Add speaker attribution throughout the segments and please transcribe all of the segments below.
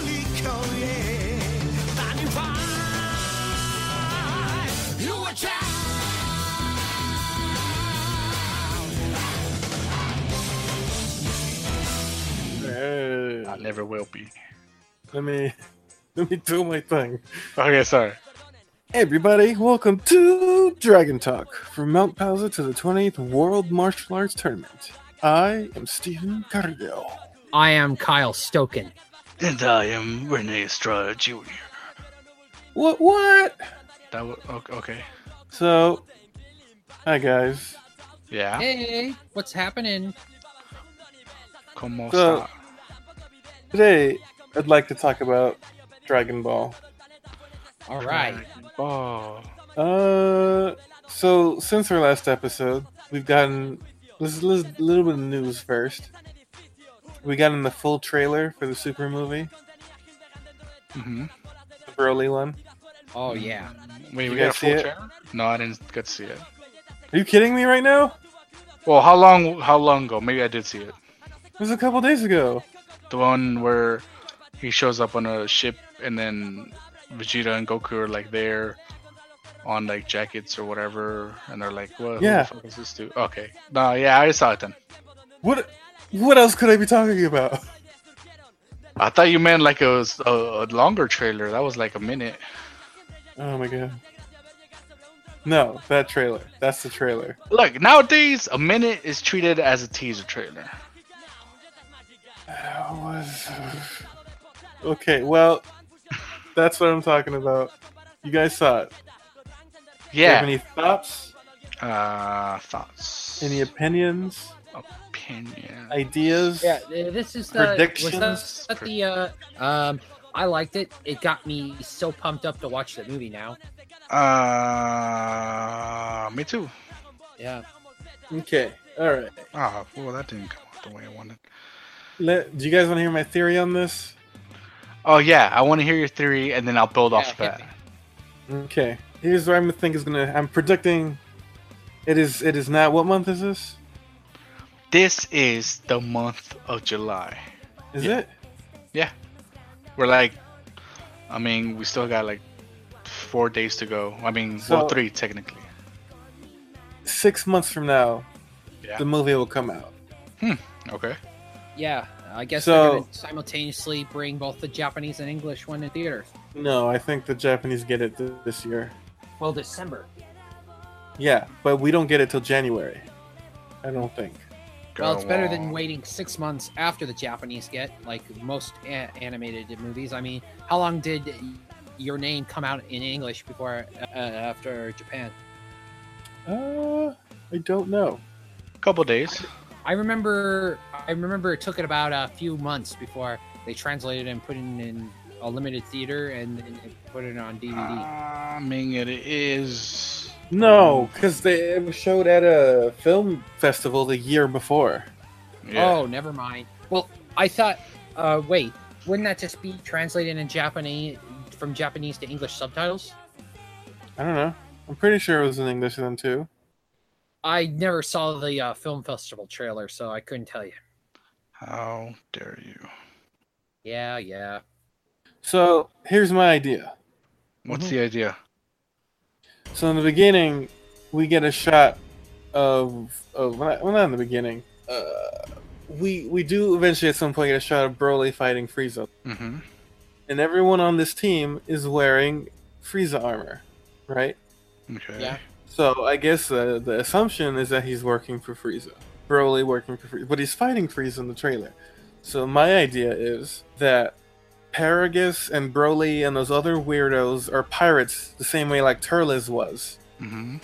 Speaker 1: Oh yeah, 95. You a child.
Speaker 2: Uh,
Speaker 3: I never will be.
Speaker 2: let me let me do my thing.
Speaker 3: Okay, sorry.
Speaker 2: Hey everybody, welcome to Dragon Talk from Mount Pausa to the 20th World Martial Arts Tournament. I am Stephen Cargill.
Speaker 4: I am Kyle Stoken.
Speaker 3: And I am Renee Estrada Jr.
Speaker 2: What what?
Speaker 3: That w- o- okay.
Speaker 2: So, hi guys.
Speaker 3: Yeah.
Speaker 4: Hey, what's happening?
Speaker 3: Como
Speaker 2: So-
Speaker 3: esta?
Speaker 2: Today, I'd like to talk about Dragon Ball.
Speaker 4: All right.
Speaker 3: Oh.
Speaker 2: Uh, so since our last episode, we've gotten this is a little bit of news first. We got in the full trailer for the Super movie,
Speaker 3: Mm-hmm.
Speaker 2: the Broly one.
Speaker 4: Oh yeah.
Speaker 3: Wait,
Speaker 2: You
Speaker 3: we
Speaker 2: guys
Speaker 3: got a
Speaker 2: see
Speaker 3: full
Speaker 2: it?
Speaker 3: trailer? No, I didn't get to see it.
Speaker 2: Are you kidding me right now?
Speaker 3: Well, how long? How long ago? Maybe I did see it.
Speaker 2: It was a couple days ago.
Speaker 3: The one where he shows up on a ship and then Vegeta and Goku are like there on like jackets or whatever, and they're like, "What?
Speaker 2: Yeah.
Speaker 3: Who the fuck is this dude?" Okay. No, yeah, I saw it then.
Speaker 2: What? What else could I be talking about?
Speaker 3: I thought you meant like a, a, a longer trailer. That was like a minute.
Speaker 2: Oh my god. No, that trailer. That's the trailer.
Speaker 3: Look, nowadays a minute is treated as a teaser trailer.
Speaker 2: That was. Okay, well, that's what I'm talking about. You guys saw it. Do you have
Speaker 3: Yeah.
Speaker 2: any thoughts?
Speaker 3: Uh, thoughts.
Speaker 2: Any opinions?
Speaker 3: opinion?
Speaker 2: Ideas?
Speaker 4: Yeah, uh, this is the
Speaker 2: Predictions?
Speaker 4: Was that the uh, um, I liked it. It got me so pumped up to watch the movie now.
Speaker 3: Uh, me too.
Speaker 4: Yeah.
Speaker 2: Okay. All right.
Speaker 3: Ah, well, that didn't come out the way I wanted.
Speaker 2: Let, do you guys want to hear my theory on this?
Speaker 3: Oh yeah, I want to hear your theory, and then I'll build
Speaker 4: Yeah,
Speaker 3: off
Speaker 4: hit
Speaker 3: that.
Speaker 4: me.
Speaker 2: Okay. Here's what I'm think is gonna. I'm predicting. It is. It is not. What month is this?
Speaker 3: This is the month of July.
Speaker 2: Is
Speaker 3: Yeah.
Speaker 2: it?
Speaker 3: We're like, I mean, we still got like four days to go. I mean,
Speaker 2: So-
Speaker 3: well, three technically.
Speaker 2: Six months from now,
Speaker 3: Yeah.
Speaker 2: the movie will come out.
Speaker 3: Okay.
Speaker 4: Yeah. I guess
Speaker 2: So-
Speaker 4: they're gonna simultaneously bring both the Japanese and English one in theaters.
Speaker 2: No, I think the Japanese get it th- this year.
Speaker 4: Well, December.
Speaker 2: Yeah, but we don't get it till January. I don't think.
Speaker 4: Well, it's
Speaker 3: Go
Speaker 4: better than
Speaker 3: on.
Speaker 4: waiting six months after the Japanese get, like most a- animated movies. I mean, how long did your name come out in English before uh, after Japan?
Speaker 2: Uh, I don't know.
Speaker 3: Couple days.
Speaker 4: I remember, I remember it took it about a few months before they translated and put it in a limited theater and, then they put it on
Speaker 3: Ah.
Speaker 4: DVD.
Speaker 2: Ah,
Speaker 3: I mean, it is.
Speaker 2: No, because they it was showed at a film festival the year before.
Speaker 3: Mm, Yeah.
Speaker 4: Oh, never mind. Well, I thought, uh, wait, wouldn't that just be translated in Japanese from Japanese to English subtitles?
Speaker 2: I don't know. I'm pretty sure it was in English then too.
Speaker 4: I never saw the uh, film festival trailer, so I couldn't tell you.
Speaker 3: How dare you?
Speaker 4: Yeah, yeah.
Speaker 2: So here's my idea.
Speaker 3: What's
Speaker 4: Mm-hmm.
Speaker 3: the idea?
Speaker 2: So in the beginning, we get a shot of, of well, not- well, not in the beginning. Uh, we we do eventually at some point get a shot of Broly fighting Frieza,
Speaker 3: Mm-hmm.
Speaker 2: and everyone on this team is wearing Frieza armor, right?
Speaker 3: Okay.
Speaker 4: Yeah.
Speaker 2: So I guess the the assumption is that he's working for Frieza, Broly working for Frieza, but he's fighting Frieza in the trailer. So my idea is that Paragus and Broly and those other weirdos are pirates, the same way like Turles was.
Speaker 3: Mm-hmm.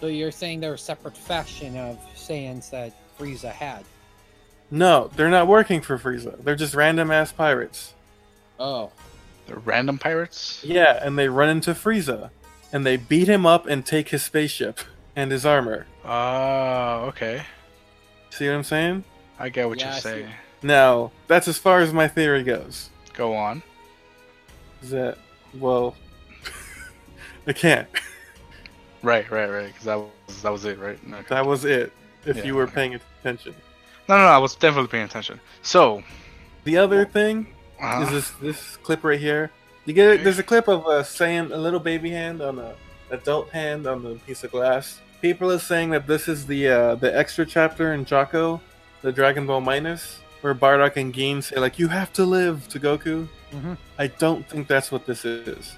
Speaker 4: So you're saying they're a separate faction of Saiyans that Frieza had?
Speaker 2: No, they're not working for Frieza. They're just random ass pirates.
Speaker 4: Oh,
Speaker 3: The random pirates.
Speaker 2: Yeah, and they run into Frieza, and they beat him up and take his spaceship and his armor.
Speaker 3: Oh, okay.
Speaker 2: See what I'm saying?
Speaker 3: I get what
Speaker 4: Yeah, I
Speaker 3: you're
Speaker 4: see.
Speaker 3: saying.
Speaker 2: Now, that's as far as my theory goes.
Speaker 3: Go on.
Speaker 2: Is that well? I can't.
Speaker 3: Right, right, right. Because that was that was it, right? Okay.
Speaker 2: That was it. If
Speaker 3: Yeah,
Speaker 2: you were
Speaker 3: okay.
Speaker 2: paying attention.
Speaker 3: No, no, no. I was definitely paying attention. So,
Speaker 2: The other thing
Speaker 3: Uh-huh.
Speaker 2: is this this clip right here. You get it.
Speaker 3: Okay.
Speaker 2: There's a clip of a saying a little baby hand on a adult hand on a piece of glass. People are saying that this is the uh, the extra chapter in Jocko, the Dragon Ball Minus, where Bardock and Geen say like, "You have to live" to Goku.
Speaker 4: Mhm.
Speaker 2: I don't think that's what this is. It's-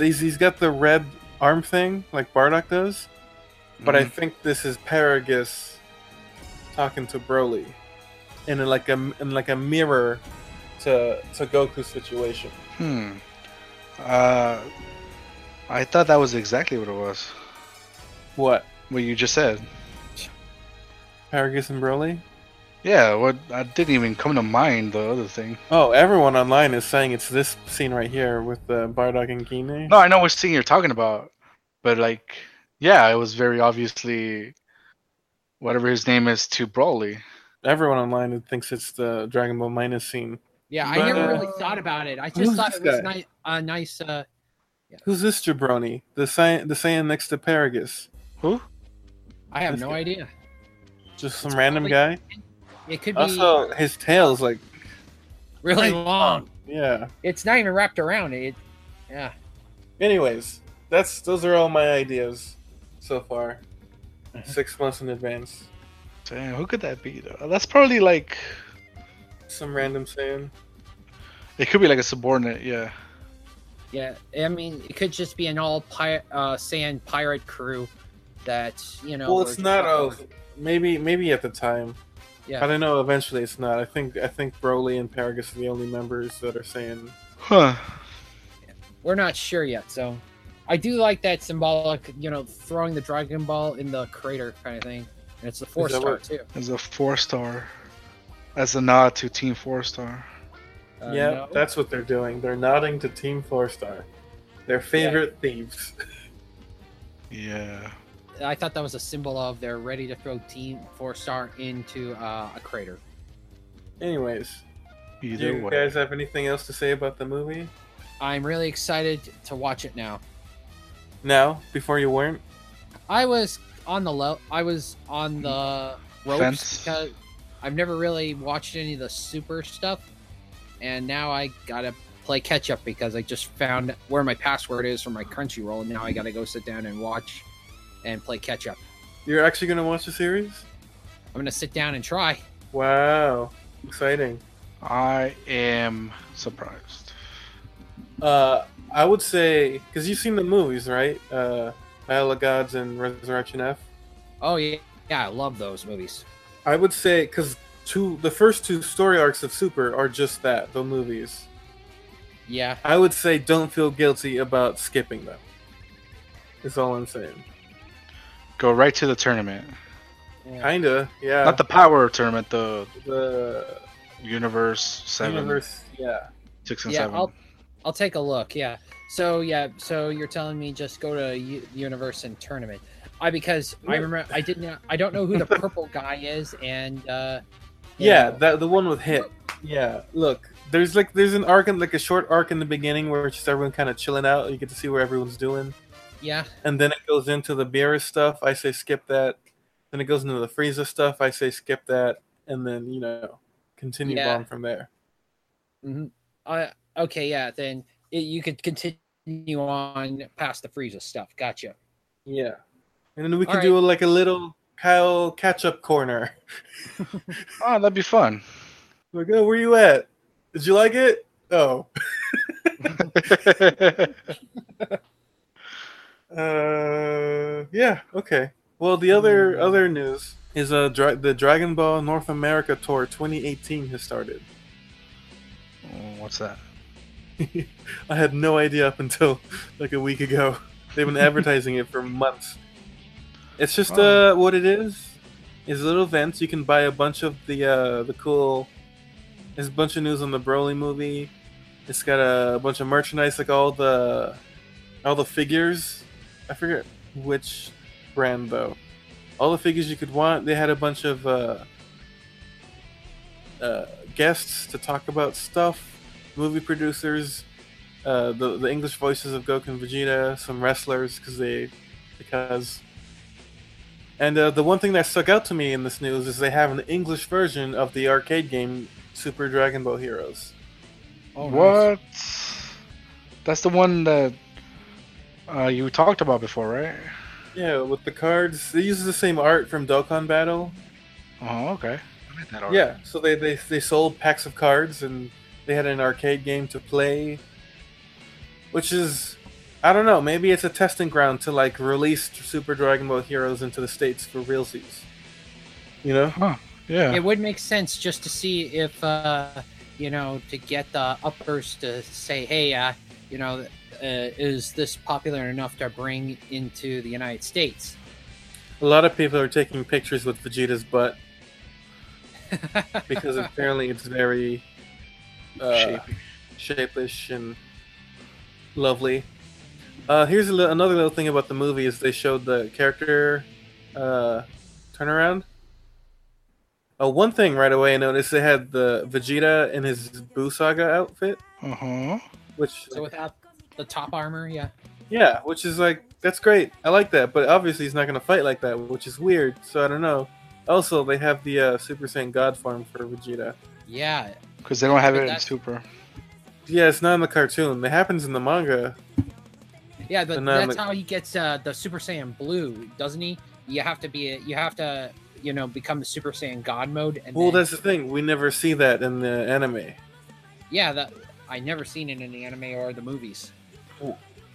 Speaker 2: He's, he's got the red arm thing like Bardock does, but I
Speaker 3: Mhm.
Speaker 2: think this is Paragus talking to Broly in a, like a in like a mirror to to Goku's situation.
Speaker 3: Hmm. Uh, I thought that was exactly what it was.
Speaker 2: What?
Speaker 3: What you just said.
Speaker 2: Paragus and Broly?
Speaker 3: Yeah. What? I didn't even come to mind the other thing.
Speaker 2: Oh, everyone online is saying it's this scene right here with uh, Bardock and Kine.
Speaker 3: No, I know which scene you're talking about, but like, yeah, it was very obviously whatever his name is to Broly.
Speaker 2: Everyone online thinks it's the Dragon Ball Minus scene.
Speaker 4: Yeah, I
Speaker 2: But,
Speaker 4: never
Speaker 2: uh,
Speaker 4: really thought about it. I
Speaker 2: who's
Speaker 4: just thought it
Speaker 2: this
Speaker 4: was
Speaker 2: guy?
Speaker 4: ni- a nice. Uh,
Speaker 2: Who's this jabroni? The Sai the Saiyan next to Paragus?
Speaker 3: Who?
Speaker 4: I have
Speaker 2: This
Speaker 4: no
Speaker 2: guy.
Speaker 4: idea.
Speaker 2: Just some random
Speaker 4: probably-
Speaker 2: guy.
Speaker 4: It could be
Speaker 2: Also, his tail's like
Speaker 4: really long.
Speaker 2: yeah.
Speaker 4: It's not even wrapped around it. Yeah.
Speaker 2: Anyways, that's those are all my ideas so far.
Speaker 3: Mm-hmm.
Speaker 2: Six months in advance.
Speaker 3: Damn, who could that be? Though? That's probably like
Speaker 2: Some random Saiyan.
Speaker 3: it could be like a subordinate. Yeah.
Speaker 4: Yeah, I mean, it could just be an all pirate, uh, sand pirate crew that you know.
Speaker 2: Well,
Speaker 4: were
Speaker 2: it's
Speaker 4: just
Speaker 2: not
Speaker 4: out
Speaker 2: a
Speaker 4: there.
Speaker 2: maybe maybe at the time.
Speaker 4: Yeah.
Speaker 2: I don't know. Eventually, it's not. I think I think Broly and Paragus are the only members that are saying
Speaker 3: Huh.
Speaker 4: We're not sure yet, so I do like that symbolic, you know, throwing the Dragon Ball in the crater kind of thing, and it's the four
Speaker 2: that
Speaker 4: star
Speaker 2: what-
Speaker 4: too.
Speaker 3: As a four star. As a nod to Team Four Star.
Speaker 4: Uh,
Speaker 2: yeah,
Speaker 4: no?
Speaker 2: that's what they're doing. They're nodding to Team Four Star, their favorite thieves.
Speaker 3: Yeah.
Speaker 4: I thought that was a symbol of they're ready to throw Team Four Star into uh, a crater.
Speaker 2: Anyways, do
Speaker 3: Either
Speaker 2: you
Speaker 3: way.
Speaker 2: guys have anything else to say about the movie?
Speaker 4: I'm really excited to watch it now.
Speaker 2: Now, before you weren't.
Speaker 4: I was on the low. I was on the ropes
Speaker 3: Fence.
Speaker 4: because I've never really watched any of the super stuff, and now I gotta play catch up because I just found where my password is for my Crunchyroll, and now I gotta go sit down and watch and play catch up.
Speaker 2: You're actually gonna watch the series?
Speaker 4: I'm gonna sit down and try.
Speaker 2: Wow, exciting.
Speaker 3: I am surprised.
Speaker 2: Uh, I would say because you've seen the movies, right? Uh, Battle of Gods and Resurrection F.
Speaker 4: Oh yeah, yeah, I love those movies.
Speaker 2: I would say because two the first two story arcs of Super are just that the movies.
Speaker 4: Yeah,
Speaker 2: I would say don't feel guilty about skipping them. Is all I'm saying.
Speaker 3: Go right to the tournament.
Speaker 4: yeah.
Speaker 2: Kinda, yeah.
Speaker 3: Not the power tournament, the
Speaker 2: the
Speaker 3: universe seven,
Speaker 2: universe, yeah.
Speaker 3: six and
Speaker 4: Yeah,
Speaker 3: 7
Speaker 4: I'll- I'll take a look. Yeah. So yeah. So you're telling me just go to U- Universe and Tournament. I because I
Speaker 2: Yeah.
Speaker 4: remember I didn't. I don't know who the purple guy is, and uh, you
Speaker 2: Yeah,
Speaker 4: know,
Speaker 2: that the one with hit. Yeah, look, there's like there's an arc in like a short arc in the beginning where it's just everyone kind of chilling out. You get to see where everyone's doing,
Speaker 4: yeah.
Speaker 2: and then it goes into the Beerus stuff. I say skip that. Then it goes into the Frieza stuff. I say skip that, and then you know continue
Speaker 4: Yeah.
Speaker 2: on from there.
Speaker 4: mhm. I okay. Yeah. Then it, you could continue on past the Frieza stuff. Gotcha.
Speaker 2: Yeah, and then we
Speaker 4: All
Speaker 2: can do like a little Kyle catch up corner.
Speaker 3: Oh, that'd be fun.
Speaker 2: Like, oh, where you at? Did you like it? Oh, uh, yeah, okay. Well, the other other news is uh, dra- the Dragon Ball North America Tour 2018 has started.
Speaker 3: Mm, What's that?
Speaker 2: I had no idea up until like a week ago. They've been advertising it for months. It's just
Speaker 3: Wow.
Speaker 2: uh, what it is. Is little events. You can buy a bunch of the uh, the cool. There's a bunch of news on the Broly movie. It's got a bunch of merchandise, like all the all the figures. I forget which brand though. All the figures you could want. They had a bunch of uh, uh, guests to talk about stuff, movie producers, uh, the the English voices of Goku and Vegeta, some wrestlers because they because. And uh, the one thing that stuck out to me in this news is they have an English version of the arcade game Super Dragon Ball Heroes.
Speaker 4: Oh, nice.
Speaker 3: what? That's the one that uh, you talked about before, right?
Speaker 2: Yeah, with the cards, they use the same art from Dokkan Battle.
Speaker 3: Oh, okay. I like that art.
Speaker 2: Yeah, so they, they they sold packs of cards and they had an arcade game to play, which is I don't know. Maybe it's a testing ground to like release Super Dragon Ball Heroes into the states for realsies. You know?
Speaker 3: Yeah.
Speaker 4: It would make sense just to see if, uh, you know, to get the uppers to say, hey, uh, you know, uh, is this popular enough to bring into the United States?
Speaker 2: A lot of people are taking pictures with Vegeta's butt because apparently it's very uh,
Speaker 3: Shapey.
Speaker 2: shapeless and lovely. Uh, here's a li- another little thing about the movie is they showed the character uh, turnaround. Uh, one thing right away I noticed they had the Vegeta in his Buu Saga outfit,
Speaker 3: Uh-huh.
Speaker 2: which
Speaker 4: So without the top armor, yeah.
Speaker 2: yeah, which is like that's great. I like that, but obviously he's not gonna fight like that, which is weird. So I don't know. Also, they have the uh, Super Saiyan God form for Vegeta.
Speaker 4: Yeah.
Speaker 3: Because they don't have
Speaker 4: But
Speaker 3: it in
Speaker 4: that-
Speaker 3: Super.
Speaker 2: Yeah, it's not in the cartoon. It happens in the manga.
Speaker 4: Yeah, but
Speaker 2: And then
Speaker 4: that's
Speaker 2: the-
Speaker 4: how he gets uh, the Super Saiyan Blue, doesn't he? You have to be, you have to, you know, become the Super Saiyan God mode. And
Speaker 2: Well,
Speaker 4: then-
Speaker 2: that's the thing. We never see that in the anime.
Speaker 4: yeah, that I never seen it in the anime or the movies.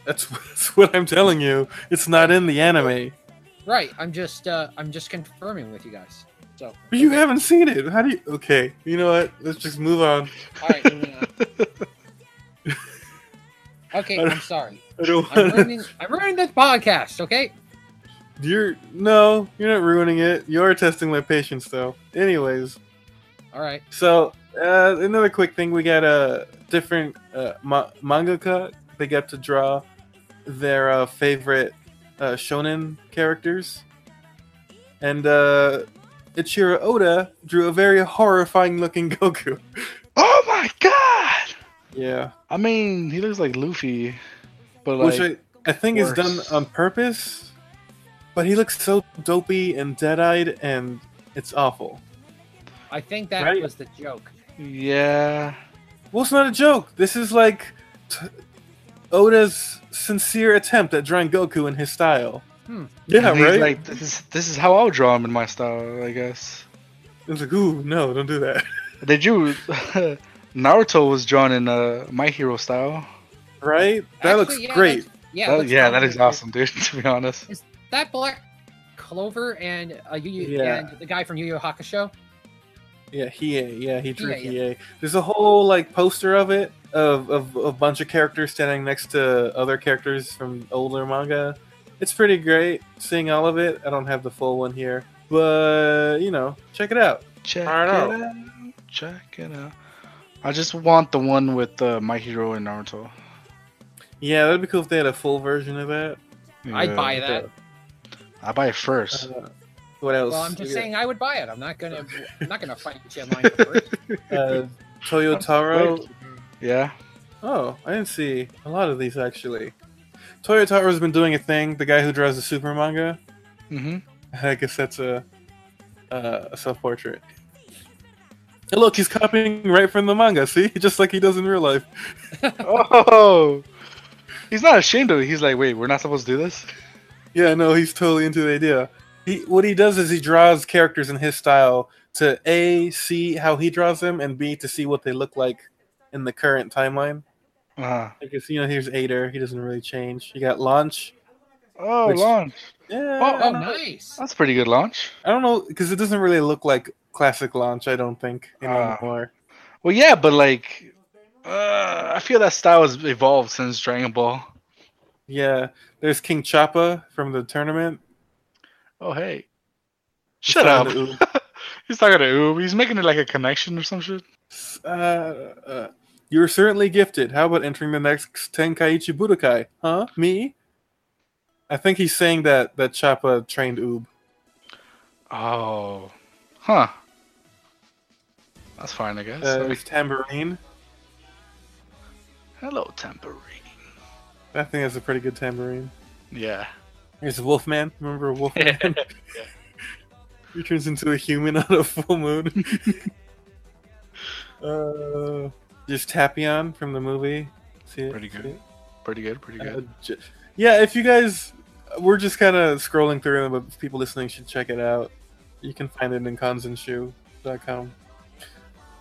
Speaker 2: That's, that's what I'm telling you. It's not in the anime.
Speaker 4: Right. I'm just, uh, I'm just confirming with you guys. So
Speaker 2: But you haven't seen it. How do you? Okay, you know what? Let's just move on.
Speaker 4: All right. moving on. uh, okay, I'm sorry.
Speaker 2: I don't
Speaker 4: I'm
Speaker 2: want
Speaker 4: ruining, I'm ruining this podcast. Okay.
Speaker 2: You're no, you're not ruining it. You're testing my patience, though. Anyways,
Speaker 4: All right.
Speaker 2: so uh, another quick thing: we got a different uh, ma- mangaka. They got to draw their uh, favorite uh, shonen characters, and uh, Ichiro Oda drew a very horrifying-looking Goku.
Speaker 3: Oh my god!
Speaker 2: Yeah.
Speaker 3: I mean, he looks like Luffy, but like,
Speaker 2: which I, I think is done
Speaker 3: worse.
Speaker 2: on purpose. But he looks so dopey and dead-eyed, and it's awful.
Speaker 4: I think that
Speaker 2: Right.
Speaker 4: was the joke.
Speaker 3: yeah.
Speaker 2: Well, it's not a joke. This is like t- Oda's sincere attempt at drawing Goku in his style.
Speaker 4: Hmm.
Speaker 2: Yeah,
Speaker 3: And he's
Speaker 2: right.
Speaker 3: Like this is this is how I'll draw him in my style, I guess.
Speaker 2: it's like, ooh, no, don't do that.
Speaker 3: Did you? Naruto was drawn in uh, my hero style.
Speaker 2: Right? That
Speaker 4: Actually,
Speaker 2: looks
Speaker 4: yeah,
Speaker 2: great.
Speaker 4: that's- Yeah.
Speaker 3: That-
Speaker 4: let's
Speaker 3: yeah,
Speaker 4: talk
Speaker 3: that
Speaker 4: about
Speaker 3: is
Speaker 4: that.
Speaker 3: awesome, dude. To be honest,
Speaker 4: That black clover and uh, Yu Yu
Speaker 2: Yeah.
Speaker 4: and the guy from Yu Yu Hakusho.
Speaker 2: Yeah, Hiei. Yeah, he drew
Speaker 4: Hiei,
Speaker 2: Hiei.
Speaker 4: yeah.
Speaker 2: There's a whole like poster of it of, of a bunch of characters standing next to other characters from older manga. It's pretty great seeing all of it. I don't have the full one here, but you know, check it out.
Speaker 3: check
Speaker 2: I don't
Speaker 3: it out. Check it out. I just want the one with uh, my hero and Naruto.
Speaker 2: Yeah, that'd be cool if they had a full version of that.
Speaker 4: I'd
Speaker 3: Yeah.
Speaker 4: buy that.
Speaker 3: I buy it first.
Speaker 2: Uh, what else?
Speaker 4: Well, I'm just
Speaker 2: We got,
Speaker 4: saying I would buy it. I'm not gonna, I'm not gonna fight you in line for it.
Speaker 2: Uh, Toyotaro.
Speaker 3: Wait. Yeah.
Speaker 2: Oh, I didn't see a lot of these actually. Toyotaro's been doing a thing. The guy who draws the super manga.
Speaker 3: Mm-hmm.
Speaker 2: I guess that's a uh, a self portrait. And look, he's copying right from the manga. See, just like he does in real life.
Speaker 3: Oh. He's not ashamed of it. He's like, wait, we're not supposed to do this.
Speaker 2: Yeah, no, he's totally into the idea. He what he does is he draws characters in his style to a see how he draws them and b to see what they look like in the current timeline.
Speaker 3: Uh-huh.
Speaker 2: I guess you know here's Ader. He doesn't really change. You got Launch.
Speaker 3: Oh,
Speaker 2: Which-
Speaker 3: launch.
Speaker 2: Yeah,
Speaker 3: Oh,
Speaker 2: I
Speaker 4: Oh,
Speaker 2: don't know.
Speaker 4: nice.
Speaker 3: That's a pretty good launch.
Speaker 2: I don't know because it doesn't really look like classic Launch. I don't think you know,
Speaker 3: Ah.
Speaker 2: anymore.
Speaker 3: Well, yeah, but like, uh, I feel that style has evolved since Dragon Ball.
Speaker 2: Yeah, there's King Choppa from the tournament.
Speaker 3: Oh, hey. Shut
Speaker 2: Found
Speaker 3: up.
Speaker 2: the Oob.
Speaker 3: He's talking to Oob. He's making it like a connection or some shit.
Speaker 2: uh, uh, you're certainly gifted. How about entering the next Tenkaichi Budokai? Huh? Me? I think he's saying that that Choppa trained Oob.
Speaker 3: Oh. Huh. That's fine, I guess.
Speaker 2: Uh,
Speaker 3: That'd be-
Speaker 2: it's tambourine.
Speaker 3: Hello, Tambourine.
Speaker 2: I think that's a pretty good tambourine.
Speaker 3: Yeah.
Speaker 2: There's Wolfman. Remember Wolfman?
Speaker 3: Yeah.
Speaker 2: He turns into a human on a full moon. uh, There's Tapion from the movie. See it?
Speaker 3: Pretty good.
Speaker 2: See it?
Speaker 3: Pretty good, pretty
Speaker 2: Uh,
Speaker 3: good.
Speaker 2: j- yeah, if you guys, we're just kind of scrolling through, but if people listening should check it out. You can find it in kanzenshoe.com.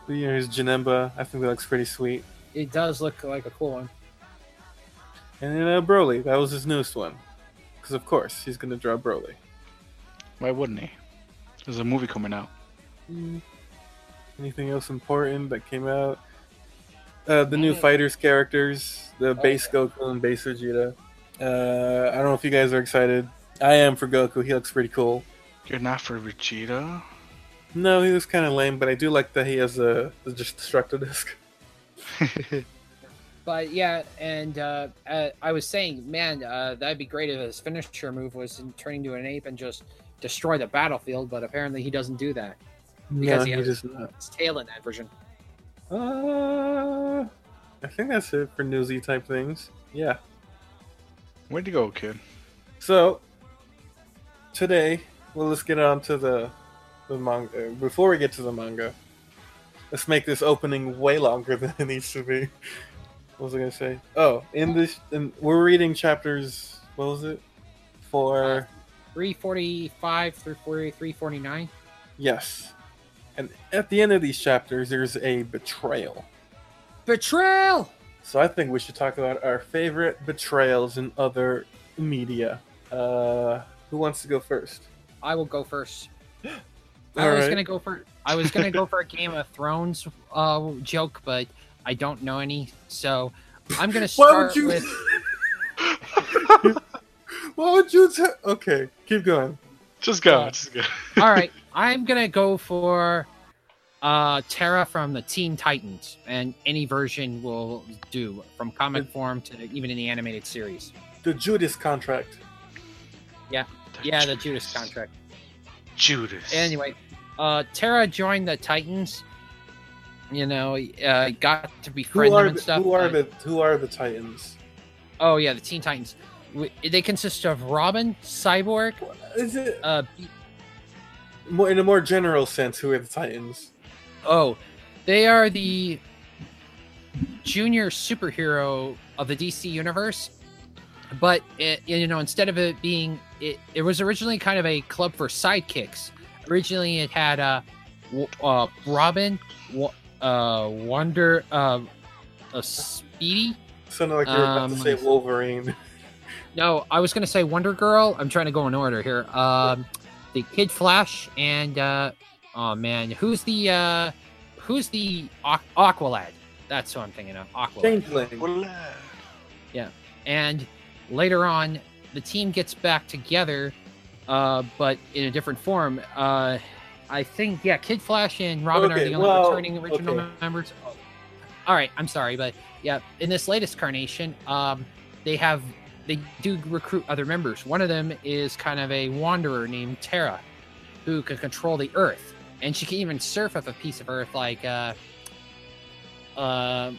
Speaker 2: But, you know, here's Janemba. I think that looks pretty sweet.
Speaker 4: It does look like a cool one.
Speaker 2: And then uh, Broly. That was his newest one. Because, of course, he's going to draw Broly.
Speaker 3: Why wouldn't he? There's a movie coming out.
Speaker 2: Mm. Anything else important that came out? Uh, the new fighters characters, the base Goku and base Vegeta. Uh, I don't know if you guys are excited. I am for Goku. He looks pretty cool.
Speaker 3: You're not for Vegeta?
Speaker 2: No, he was kind of lame, but I do like that he has a the just destructo disc.
Speaker 4: But yeah, and uh, uh, I was saying, man, uh, that'd be great if his finisher move was in turning to an ape and just destroy the battlefield. But apparently, he doesn't do that. Because
Speaker 2: no,
Speaker 4: he
Speaker 2: he
Speaker 4: has-
Speaker 2: does not.
Speaker 4: It's tail in that version.
Speaker 2: Uh, I think that's it for newsy type things. Yeah.
Speaker 3: Where'd you go, kid?
Speaker 2: So today, well, let's get on to the the manga. Before we get to the manga, let's make this opening way longer than it needs to be. What was I gonna say? Oh, in this, in, we're reading chapters. What was it? Four.
Speaker 4: Three forty-five through forty-three forty-nine.
Speaker 2: Yes. And at the end of these chapters, there's a betrayal.
Speaker 4: Betrayal.
Speaker 2: So I think we should talk about our favorite betrayals in other media. Uh, who wants to go first?
Speaker 4: I will go first. I
Speaker 2: All
Speaker 4: was
Speaker 2: right.
Speaker 4: gonna go for I was gonna go for a Game of Thrones uh, joke, but I don't know any, so I'm gonna
Speaker 2: Why
Speaker 4: start
Speaker 2: would you?
Speaker 4: with
Speaker 2: Why would you? T- okay, keep going.
Speaker 3: Just go.
Speaker 4: Uh,
Speaker 3: just go.
Speaker 4: All right, I'm gonna go for uh Terra from the Teen Titans, and any version will do, from comic form to even in the animated series.
Speaker 2: The Judas contract.
Speaker 4: Yeah, the Judas contract.
Speaker 3: Judas.
Speaker 4: Anyway, uh Terra joined the Titans. You know, uh, got to
Speaker 2: Who
Speaker 4: befriend
Speaker 2: are
Speaker 4: them and
Speaker 2: the,
Speaker 4: stuff.
Speaker 2: who are
Speaker 4: but-
Speaker 2: the who are the Titans?
Speaker 4: Oh yeah, the Teen Titans. W- They consist of Robin, Cyborg,
Speaker 2: Is it
Speaker 4: uh, B-
Speaker 2: more in a more general sense? Who are the Titans?
Speaker 4: oh, they are the junior superhero of the DC universe. But it, you know, instead of it being, it, it was originally kind of a club for sidekicks. Originally, it had uh, w- uh Robin, w- uh, Wonder, uh, uh, Speedy.
Speaker 2: Sounded like you were about to
Speaker 4: Um,
Speaker 2: say Wolverine.
Speaker 4: No, I was gonna say Wonder Girl. I'm trying to go in order here. Um, the Kid Flash and uh, oh man, who's the uh, who's the Aqu- Aqualad? That's what I'm thinking of. Aqualad.
Speaker 2: Changeling.
Speaker 3: Well,
Speaker 4: And later on, the team gets back together, uh, but in a different form. Uh, I think yeah, Kid Flash and Robin
Speaker 2: Okay,
Speaker 4: are the only
Speaker 2: well,
Speaker 4: returning original
Speaker 2: okay.
Speaker 4: members. All right, I'm sorry, but yeah, in this latest carnation, um, they have they do recruit other members. One of them is kind of a wanderer named Terra, who can control the Earth, and she can even surf up a piece of Earth like. Uh, uh,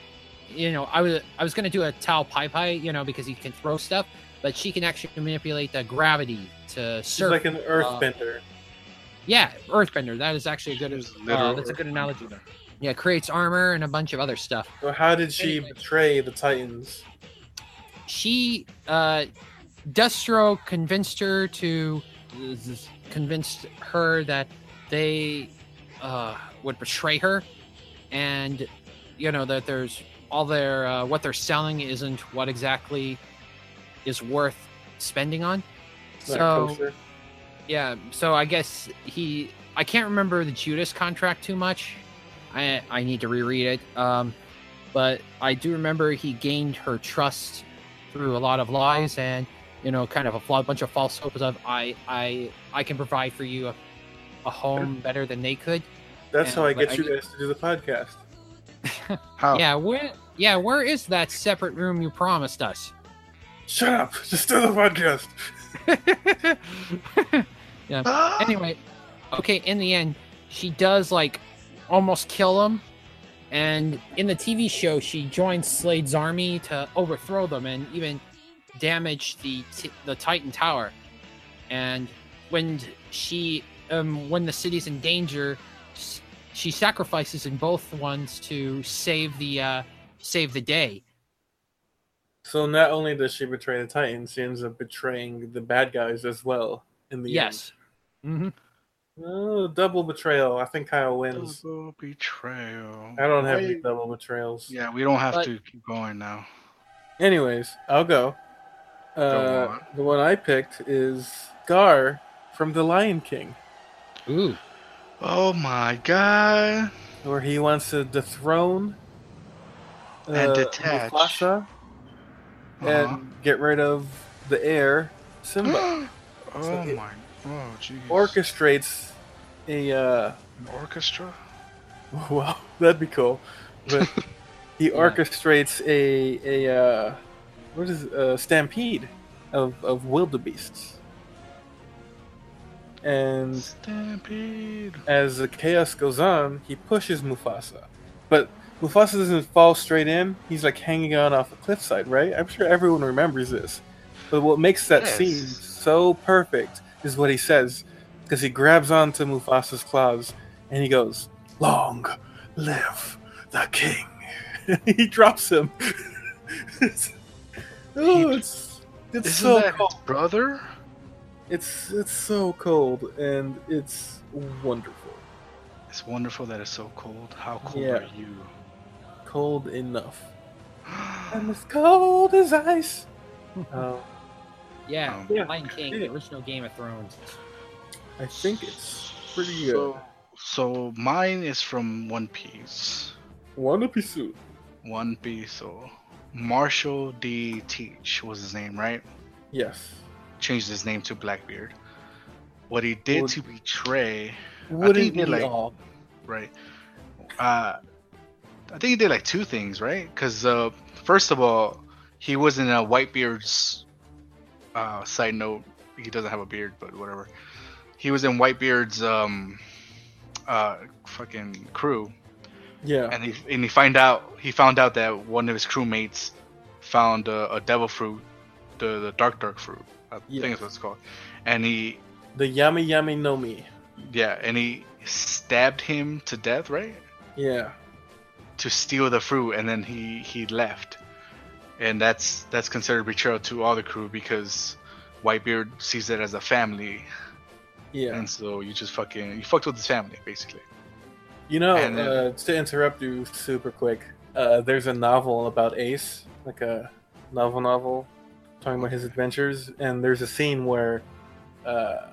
Speaker 4: you know, I was I was gonna do a Tao Pai Pai, you know, because he can throw stuff, but she can actually manipulate the gravity to
Speaker 2: She's
Speaker 4: surf.
Speaker 2: like an
Speaker 4: Uh,
Speaker 2: Earthbender.
Speaker 4: yeah, Earthbender. That is actually a good.
Speaker 3: She's
Speaker 4: Uh,
Speaker 3: literal
Speaker 4: that's a good
Speaker 3: Earthbender.
Speaker 4: analogy. There. Yeah, creates armor and a bunch of other stuff.
Speaker 2: Well, how did she
Speaker 4: Anyway.
Speaker 2: betray the Titans?
Speaker 4: She, uh, Destro convinced her to convinced her that they uh, would betray her, and you know that there's all their uh, what they're selling isn't what exactly is worth spending on.
Speaker 2: Not
Speaker 4: So
Speaker 2: kosher.
Speaker 4: yeah, so I guess he I can't remember the Judas contract too much. I I need to reread it. Um but I do remember he gained her trust through a lot of lies and you know kind of a fla- bunch of false hopes of I I I can provide for you a, a home better than they could.
Speaker 2: that's how
Speaker 4: yeah,
Speaker 2: I get
Speaker 4: but
Speaker 2: you
Speaker 4: I need-
Speaker 2: guys to do the podcast.
Speaker 3: How?
Speaker 4: Yeah, where yeah, where is that separate room you promised us?
Speaker 2: Shut up! Just do the podcast.
Speaker 3: Ah!
Speaker 4: anyway, okay, in the end, she does like almost kill him. And in the TV show, she joins Slade's army to overthrow them and even damage the t- the Titan Tower. And when she um when the city's in danger, s- she sacrifices in both ones to save the uh, save the day.
Speaker 2: So not only does she betray the Titans, she ends up betraying the bad guys as well in the
Speaker 4: Yes. hmm
Speaker 2: end. Oh, double betrayal. I think Kyle wins.
Speaker 3: Double betrayal.
Speaker 2: I don't have any
Speaker 3: Wait.
Speaker 2: double betrayals.
Speaker 3: Yeah, we don't have
Speaker 4: But-
Speaker 3: to keep going now.
Speaker 2: Anyways, I'll go.
Speaker 3: Go
Speaker 2: Uh, the one I picked is Gar from The Lion King,
Speaker 4: Ooh.
Speaker 3: Oh my god.
Speaker 2: where he wants to dethrone uh,
Speaker 3: And detach.
Speaker 2: Mufasa
Speaker 3: Uh-huh.
Speaker 2: and get rid of the heir Simba.
Speaker 3: oh
Speaker 2: So it-
Speaker 3: my. Oh jeez.
Speaker 2: Orchestrates a uh,
Speaker 3: An orchestra.
Speaker 2: Wow, that'd be cool. But he orchestrates a a uh, what is it? a stampede of of wildebeests, and
Speaker 3: Stampede.
Speaker 2: as the chaos goes on, he pushes Mufasa, but Mufasa doesn't fall straight in. He's like hanging on off a cliffside, right? I'm sure everyone remembers this. But what makes that
Speaker 3: Yes.
Speaker 2: scene so perfect is what he says, because he grabs onto Mufasa's claws and he goes, "Long live the king!" he drops him. it's, oh, it's it's
Speaker 3: Isn't
Speaker 2: so
Speaker 3: that
Speaker 2: cold.
Speaker 3: his brother?
Speaker 2: It's it's so cold and it's wonderful.
Speaker 3: It's wonderful that it's so cold. How cold
Speaker 2: Yeah.
Speaker 3: are you?
Speaker 2: cold enough. I'm as cold as ice. Oh,
Speaker 4: Yeah.
Speaker 3: Um,
Speaker 2: Yeah.
Speaker 4: Lion King, the original Game of Thrones.
Speaker 2: I think it's pretty good.
Speaker 3: So, so mine is from One Piece.
Speaker 2: One piece suit.
Speaker 3: One Piece. So Marshall D. Teach was his name, right?
Speaker 2: Yes.
Speaker 3: Changed his name to Blackbeard. What he did
Speaker 2: Would-
Speaker 3: to betray,
Speaker 2: Wouldn't
Speaker 3: think
Speaker 2: be
Speaker 3: we like-
Speaker 2: all.
Speaker 3: right? Uh, I think he did like two things, right? Because uh, first of all, he was in a Whitebeard's. Uh, side note: He doesn't have a beard, but whatever. He was in Whitebeard's um, uh, fucking crew,
Speaker 2: Yeah.
Speaker 3: and he and he find out he found out that one of his crewmates found a, a devil fruit, the the dark dark fruit. I think
Speaker 2: Yes.
Speaker 3: is what it's called. And he
Speaker 2: The yummy yummy no me.
Speaker 3: yeah, and he stabbed him to death, right?
Speaker 2: Yeah.
Speaker 3: To steal the fruit, and then he he left. And that's that's considered betrayal to all the crew because Whitebeard sees it as a family,
Speaker 2: Yeah.
Speaker 3: and so you just fucking you fucked with his family basically.
Speaker 2: You know,
Speaker 3: and then-
Speaker 2: uh, to interrupt you super quick, uh, there's a novel about Ace, like a novel novel, talking about his adventures, and there's a scene where uh,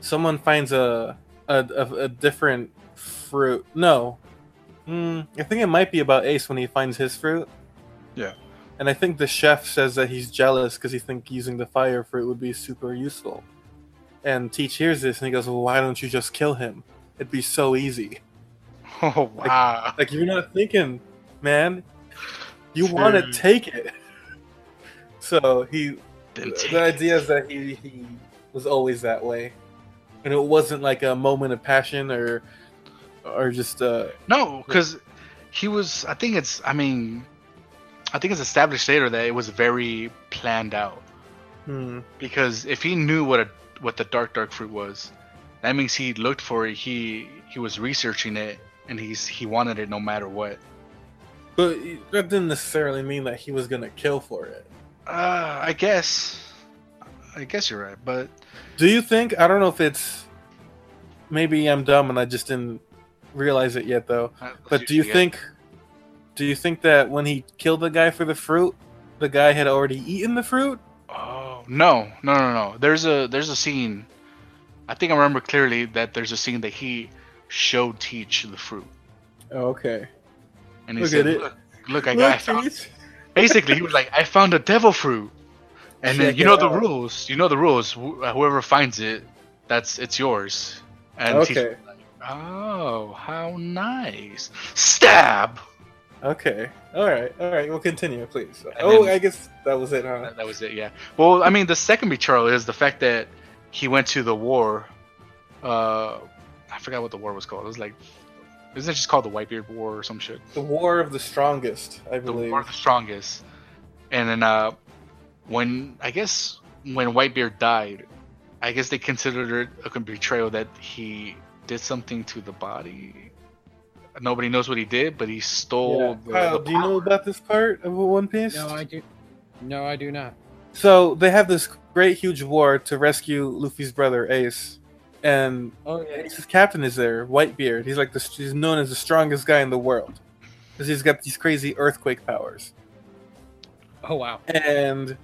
Speaker 2: someone finds a a, a a different fruit. No, mm, I think it might be about Ace when he finds his fruit.
Speaker 3: Yeah.
Speaker 2: and I think the chef says that he's jealous because he think using the fire fruit would be super useful. And Teach hears this and he goes, "Well, why don't you just kill him? It'd be so easy."
Speaker 3: Oh wow!
Speaker 2: Like you're not thinking, man. You
Speaker 3: Dude.
Speaker 2: want to take it. So he
Speaker 3: Then
Speaker 2: the
Speaker 3: take
Speaker 2: the
Speaker 3: it.
Speaker 2: idea is that he, he was always that way, and it wasn't like a moment of passion or or just uh
Speaker 3: No, because he was. I think it's. I mean, I think it's established later that it was very planned out.
Speaker 2: hmm,
Speaker 3: Because if he knew what a what the dark dark fruit was, that means he looked for it. He he was researching it, and he's he wanted it no matter what.
Speaker 2: but that didn't necessarily mean that he was gonna kill for it.
Speaker 3: Uh, I guess. I guess you're right, but
Speaker 2: Do you think? I don't know if it's maybe I'm dumb and I just didn't realize it yet though. But do you think? Do you think that when he killed the guy for the fruit, the guy had already eaten the fruit?
Speaker 3: Oh no, no, no, no. There's a there's a scene. I think I remember clearly that there's a scene that he showed Teach the fruit,
Speaker 2: Oh, okay.
Speaker 3: and he
Speaker 2: Look
Speaker 3: said,
Speaker 2: at it.
Speaker 3: Look, "Look, I got, I found
Speaker 2: Look,
Speaker 3: basically he was like i found a devil fruit and then
Speaker 2: Check
Speaker 3: you
Speaker 2: it
Speaker 3: know the
Speaker 2: out.
Speaker 3: rules you know the rules Wh- uh, whoever finds it that's it's yours and he's
Speaker 2: Okay.
Speaker 3: like, oh how nice stab
Speaker 2: Okay. All right. All right. We'll continue, please.
Speaker 3: then-
Speaker 2: oh, I guess that was it, huh?
Speaker 3: that, that was it yeah well i mean the second betrayal is the fact that he went to the war uh i forgot what the war was called it was like isn't it just called the whitebeard war or some shit
Speaker 2: The War of the Strongest, I
Speaker 3: the
Speaker 2: believe.
Speaker 3: war of the strongest. And then uh when I guess when Whitebeard died, I guess they considered it a betrayal that he did something to the body nobody knows what he did, but he stole. the-
Speaker 2: Kyle,
Speaker 3: the
Speaker 2: do you know
Speaker 3: power.
Speaker 2: about this part of One Piece?
Speaker 4: No, I do. No, I do not.
Speaker 2: So they have this great huge war to rescue Luffy's brother Ace, and
Speaker 4: Oh yeah.
Speaker 2: Ace's captain is there, Whitebeard. He's like the, he's known as the strongest guy in the world because he's got these crazy earthquake powers,
Speaker 4: Oh wow.
Speaker 2: and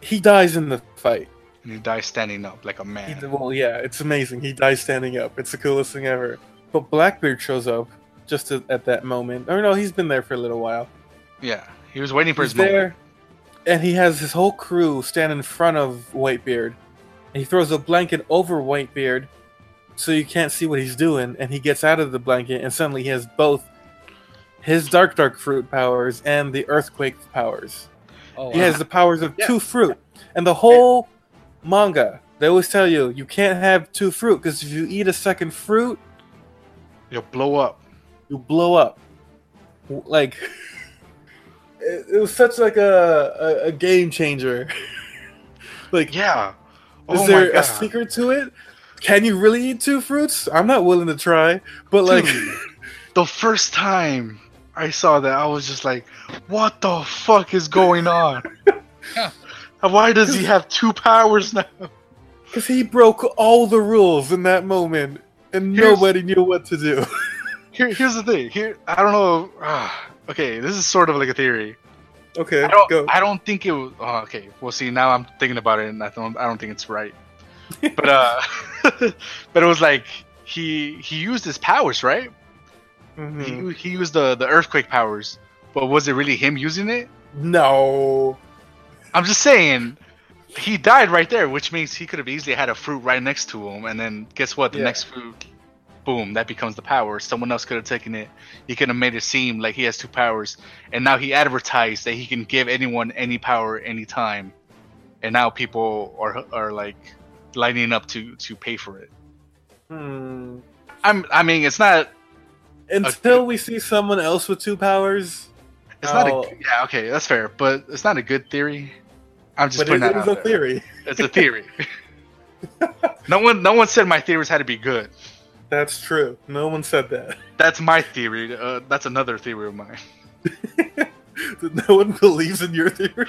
Speaker 2: he dies in the fight.
Speaker 3: And he dies standing up like a
Speaker 2: He,
Speaker 3: man.
Speaker 2: well, yeah, it's amazing. He dies standing up. It's the coolest thing ever. But Blackbeard shows up just at, at that moment. Or no, he's been there for a little while.
Speaker 3: Yeah, he was waiting for
Speaker 2: He's
Speaker 3: his moment.
Speaker 2: there, and he has his whole crew stand in front of Whitebeard, and he throws a blanket over Whitebeard, so you can't see what he's doing. And he gets out of the blanket, and suddenly he has both his dark dark fruit powers and the earthquake powers.
Speaker 4: Oh,
Speaker 2: He
Speaker 4: wow.
Speaker 2: has the powers of
Speaker 3: Yeah.
Speaker 2: two fruit, and the whole manga. They always tell you you can't have two fruit because if you eat a second fruit,
Speaker 3: You'll blow up.
Speaker 2: you blow up like it, it was such like a, a, a game changer like
Speaker 3: Yeah.
Speaker 2: is
Speaker 3: Oh my
Speaker 2: there
Speaker 3: god.
Speaker 2: a secret to it can you really eat two fruits i'm not willing to try but like
Speaker 3: Dude, the first time I saw that, I was just like, "What the fuck is going on?
Speaker 4: Yeah.
Speaker 3: And Why does he have two powers now?"
Speaker 2: because he broke all the rules in that moment and
Speaker 3: Here's-
Speaker 2: nobody knew what to do
Speaker 3: Here, here's the thing. Here, I don't know. ah, okay, this is sort of like a theory.
Speaker 2: okay
Speaker 3: I don't.
Speaker 2: go
Speaker 3: I don't think it. Was, oh, okay. Well, see, now I'm thinking about it, and I don't. I don't think it's right. But uh, but it was like he he used his powers, right?
Speaker 2: Mhm.
Speaker 3: He, he used the the earthquake powers, but was it really him using it?
Speaker 2: no
Speaker 3: I'm just saying, he died right there, which means he could have easily had a fruit right next to him, and then guess what? The
Speaker 2: Yeah.
Speaker 3: next fruit, boom, that becomes the power. Someone else could have taken it. He could have made it seem like he has two powers, and now he advertised that he can give anyone any power anytime, and now people are are like lining up to to pay for it.
Speaker 2: Hmm.
Speaker 3: I'm I mean it's not
Speaker 2: until we see someone else with two powers
Speaker 3: it's
Speaker 2: Oh.
Speaker 3: not a yeah okay that's fair, but it's not a good theory. I'm just
Speaker 2: but
Speaker 3: putting
Speaker 2: it
Speaker 3: that
Speaker 2: is
Speaker 3: out
Speaker 2: a
Speaker 3: there.
Speaker 2: theory
Speaker 3: It's a theory. no one, no one said my theories had to be good.
Speaker 2: that's true no one said that
Speaker 3: That's my theory. Uh, that's another theory of mine.
Speaker 2: no one believes in your theory.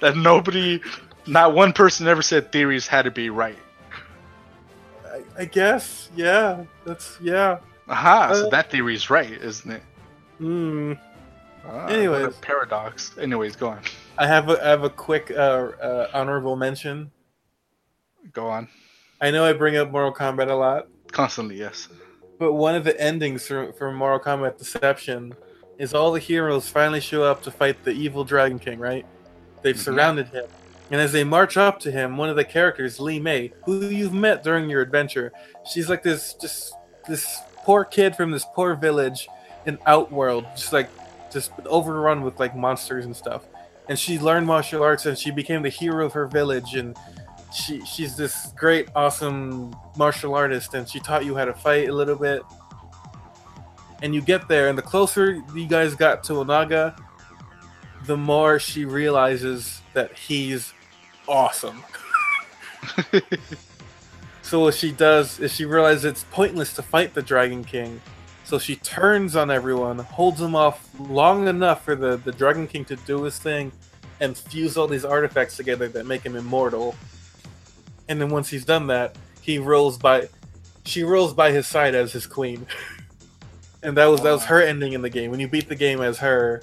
Speaker 3: that nobody, not one person ever said theories had to be right.
Speaker 2: I, I guess, yeah. That's yeah.
Speaker 3: Aha! so
Speaker 2: Uh,
Speaker 3: that theory is right, isn't it?
Speaker 2: Mm.
Speaker 3: Ah,
Speaker 2: anyways.
Speaker 3: what a paradox. Anyways, go on,
Speaker 2: I have a, I have a quick uh, uh, honorable mention.
Speaker 3: go on.
Speaker 2: I know I bring up Mortal Kombat a lot,
Speaker 3: Constantly, yes.
Speaker 2: but one of the endings for, for Mortal Kombat Deception is all the heroes finally show up to fight the evil Dragon King. Right? They've
Speaker 3: Mhm.
Speaker 2: surrounded him, and as they march up to him, one of the characters, Lee May, who you've met during your adventure, she's like this just this poor kid from this poor village in outworld just like just overrun with like monsters and stuff and she learned martial arts and she became the hero of her village and she she's this great awesome martial artist and she taught you how to fight a little bit and you get there and the closer you guys got to onaga the more she realizes that he's awesome so what she does is she realizes it's pointless to fight the Dragon King. So she turns on everyone, holds them off long enough for the, the Dragon King to do his thing and fuse all these artifacts together that make him immortal. And then once he's done that, he rolls by she rolls by his side as his queen. and that was that was her ending in the game. When you beat the game as her,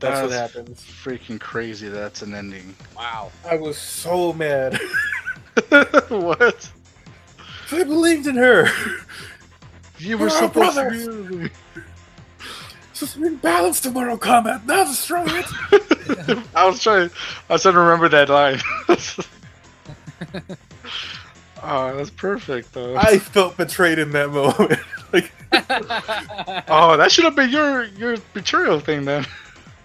Speaker 2: that's what
Speaker 3: That's-
Speaker 2: happens.
Speaker 3: Freaking crazy. That's an ending.
Speaker 4: Wow.
Speaker 2: I was so mad.
Speaker 3: what?
Speaker 2: I believed in her.
Speaker 3: You
Speaker 2: We're
Speaker 3: were
Speaker 2: all
Speaker 3: supposed to
Speaker 2: brothers.
Speaker 3: be.
Speaker 2: She's been balanced to Mortal Kombat, not destroy it.
Speaker 3: I was trying. I was trying to remember that line. oh, that's perfect though.
Speaker 2: I felt betrayed in that moment. like,
Speaker 3: oh, that should have been your your betrayal thing then.